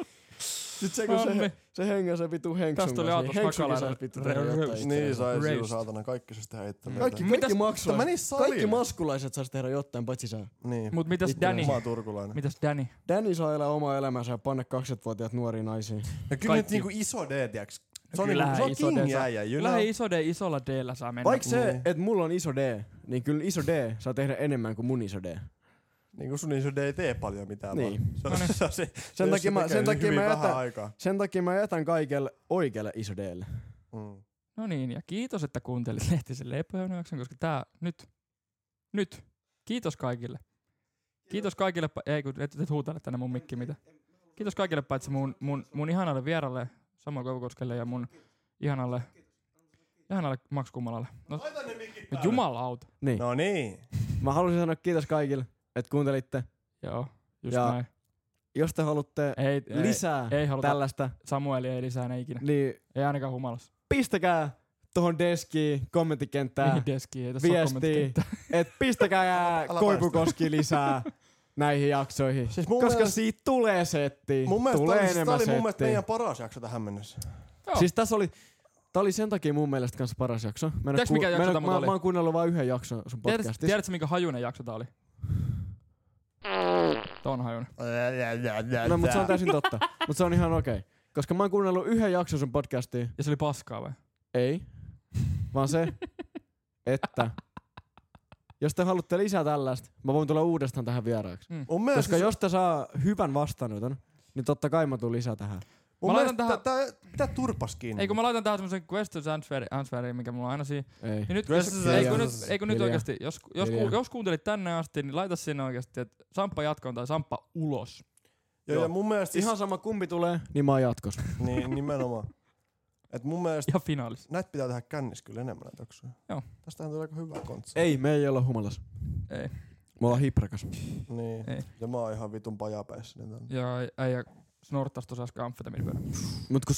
Speaker 4: Sitten se kun
Speaker 2: Mammi.
Speaker 4: se, se hengää se vittu henksun
Speaker 2: Tästä tuli
Speaker 4: kanssa,
Speaker 2: Aatos
Speaker 4: niin henksukin
Speaker 2: Hakala
Speaker 4: saisi vittu tehdä
Speaker 2: re-
Speaker 4: jotain
Speaker 2: roast.
Speaker 4: itsellensä.
Speaker 3: Niin sai
Speaker 2: Raised.
Speaker 3: siu, saatana. Kaikki se sitä heittämään.
Speaker 4: Kaikki,
Speaker 2: Mitäs-
Speaker 4: kaikki,
Speaker 3: Tämä
Speaker 4: maksulaiset,
Speaker 3: meni salille.
Speaker 4: kaikki maskulaiset saisi tehdä jotain, paitsi sä.
Speaker 3: Niin.
Speaker 2: Mut mitäs
Speaker 4: Vittu,
Speaker 2: Danny?
Speaker 3: Mä oon turkulainen.
Speaker 2: Mitäs Danny?
Speaker 4: Danny saa elää omaa elämänsä ja panna 20-vuotiaat nuoria naisiin.
Speaker 3: Ja kyllä nyt
Speaker 2: Kaikki-
Speaker 3: niinku iso D, tiiäks. Se on
Speaker 2: kyllähän
Speaker 3: niinku, se on
Speaker 2: iso D
Speaker 3: kingi
Speaker 2: saa-
Speaker 3: äijä, you
Speaker 2: Kyllä
Speaker 3: know.
Speaker 2: iso D isolla D saa mennä.
Speaker 4: Vaikka se,
Speaker 3: Niin.
Speaker 4: että mulla on iso D, niin kyllä iso D saa tehdä enemmän kuin mun iso D.
Speaker 3: Niinku sun iso D ei tee paljon mitään.
Speaker 4: Niin.
Speaker 3: vaan. Se on-
Speaker 2: No niin.
Speaker 3: se on se-
Speaker 4: Sen
Speaker 3: jos
Speaker 4: takia mä-
Speaker 3: tekee
Speaker 4: sen takia
Speaker 3: hyvin
Speaker 4: mä
Speaker 3: vähän
Speaker 4: jätän-
Speaker 3: aikaa.
Speaker 4: Sen takia mä jätän kaikelle oikealle iso Dlle.
Speaker 3: Mm.
Speaker 2: No niin, ja kiitos, että kuuntelit Lehtisen leipöjäynnäyksen, koska tää nyt, nyt, kiitos kaikille. Kiitos kaikille, pa- ei kun et, et huutele tänne mun mikki mitä. Kiitos kaikille paitsi mun, mun, mun ihanalle vieralle, Samuel Koivukoskelle ja mun ihanalle, ihanalle Max Kummalalle. No, no jumalauta.
Speaker 4: Niin.
Speaker 3: No niin.
Speaker 4: Mä halusin sanoa kiitos kaikille, että kuuntelitte.
Speaker 2: Joo, just
Speaker 4: Ja-
Speaker 2: näin.
Speaker 4: Jos te haluatte
Speaker 2: Ei, ei,
Speaker 4: lisää
Speaker 2: ei haluta.
Speaker 4: tällaista,
Speaker 2: Samueli ei lisää ne ikinä.
Speaker 4: niin
Speaker 2: Ei ainakaan humalassa.
Speaker 4: pistäkää tuohon deskiin kommenttikenttään,
Speaker 2: Ei deski, ei tässä ole
Speaker 4: viestiä,
Speaker 2: kommenttikenttää.
Speaker 4: että pistäkää
Speaker 3: paista.
Speaker 4: Koipukoski lisää näihin jaksoihin.
Speaker 3: Siis mun
Speaker 4: Koska
Speaker 3: mielestä-
Speaker 4: siitä tulee setti,
Speaker 3: Mun mielestä
Speaker 4: tulee
Speaker 3: tää oli, siis tää
Speaker 4: enemmän
Speaker 3: oli mun mielestä
Speaker 4: settiä.
Speaker 3: meidän paras jakso tähän mennessä.
Speaker 2: Joo.
Speaker 4: Siis tässä oli, tää oli sen takia mun mielestä kanssa paras jakso. Mä, en oo
Speaker 2: Tiedätkö, mikä jakso
Speaker 4: mä, en oo-
Speaker 2: tää muuten
Speaker 4: mä,
Speaker 2: oli?
Speaker 4: mä oon kuunnellut vain yhden jakson sun
Speaker 2: Tiedätkö,
Speaker 4: podcastissa.
Speaker 2: tiedätkö, minkä hajunen jakso tää oli? Tää on hajunen.
Speaker 4: No, mutta se on täysin totta. mutta se on ihan okei. Okay. Koska mä oon kuunnellut yhden jakson sun podcastiin.
Speaker 2: Ja se oli paskaa vai?
Speaker 4: Mm. Ei. Vaan se, että jos te haluatte lisää tällaista, mä voin tulla uudestaan tähän vieraaksi.
Speaker 3: Mun mielestä,
Speaker 2: siis-
Speaker 4: Koska jos te saa hyvän vastaanoton, niin totta kai mä tuun lisää tähän.
Speaker 3: mun
Speaker 2: Mä
Speaker 3: mielestä
Speaker 2: laitan
Speaker 3: tähän... tää, tää turpas kiinni.
Speaker 2: Ei kun mä laitan tähän semmosen questions answer, answerin, mikä mulla on aina siinä.
Speaker 4: Ei.
Speaker 2: Niin nyt,
Speaker 3: Questions
Speaker 2: jos, ei, kun
Speaker 4: and
Speaker 2: nyt,
Speaker 3: answers.
Speaker 2: ei kun nyt
Speaker 4: Hiljaa.
Speaker 2: oikeesti, jos, jos, ku,
Speaker 4: Hiljaa.
Speaker 2: jos kuuntelit tänne asti, niin laita sinne oikeesti, että Samppa jatkoon tai Samppa ulos.
Speaker 3: Joo, ja mun mielestä siis,
Speaker 4: Ihan sama kumpi tulee, niin mä oon jatkossa.
Speaker 3: niin, nimenomaan. Et mun mielestä
Speaker 2: Ja finaalissa.
Speaker 3: näitä pitää tehdä kännissä kyllä enemmän näitä jaksoja.
Speaker 2: Joo.
Speaker 3: Tästähän tulee aika hyvä kontsi.
Speaker 4: Ei, me ei olla humalas.
Speaker 2: Ei.
Speaker 4: Me ollaan hiprakas.
Speaker 3: Niin.
Speaker 2: Ei.
Speaker 3: Ja mä oon ihan vitun pajapäissä. Niin
Speaker 2: Ja äijä snorttaisi tuossa äsken amfetamiinipöydän.
Speaker 4: Mut kun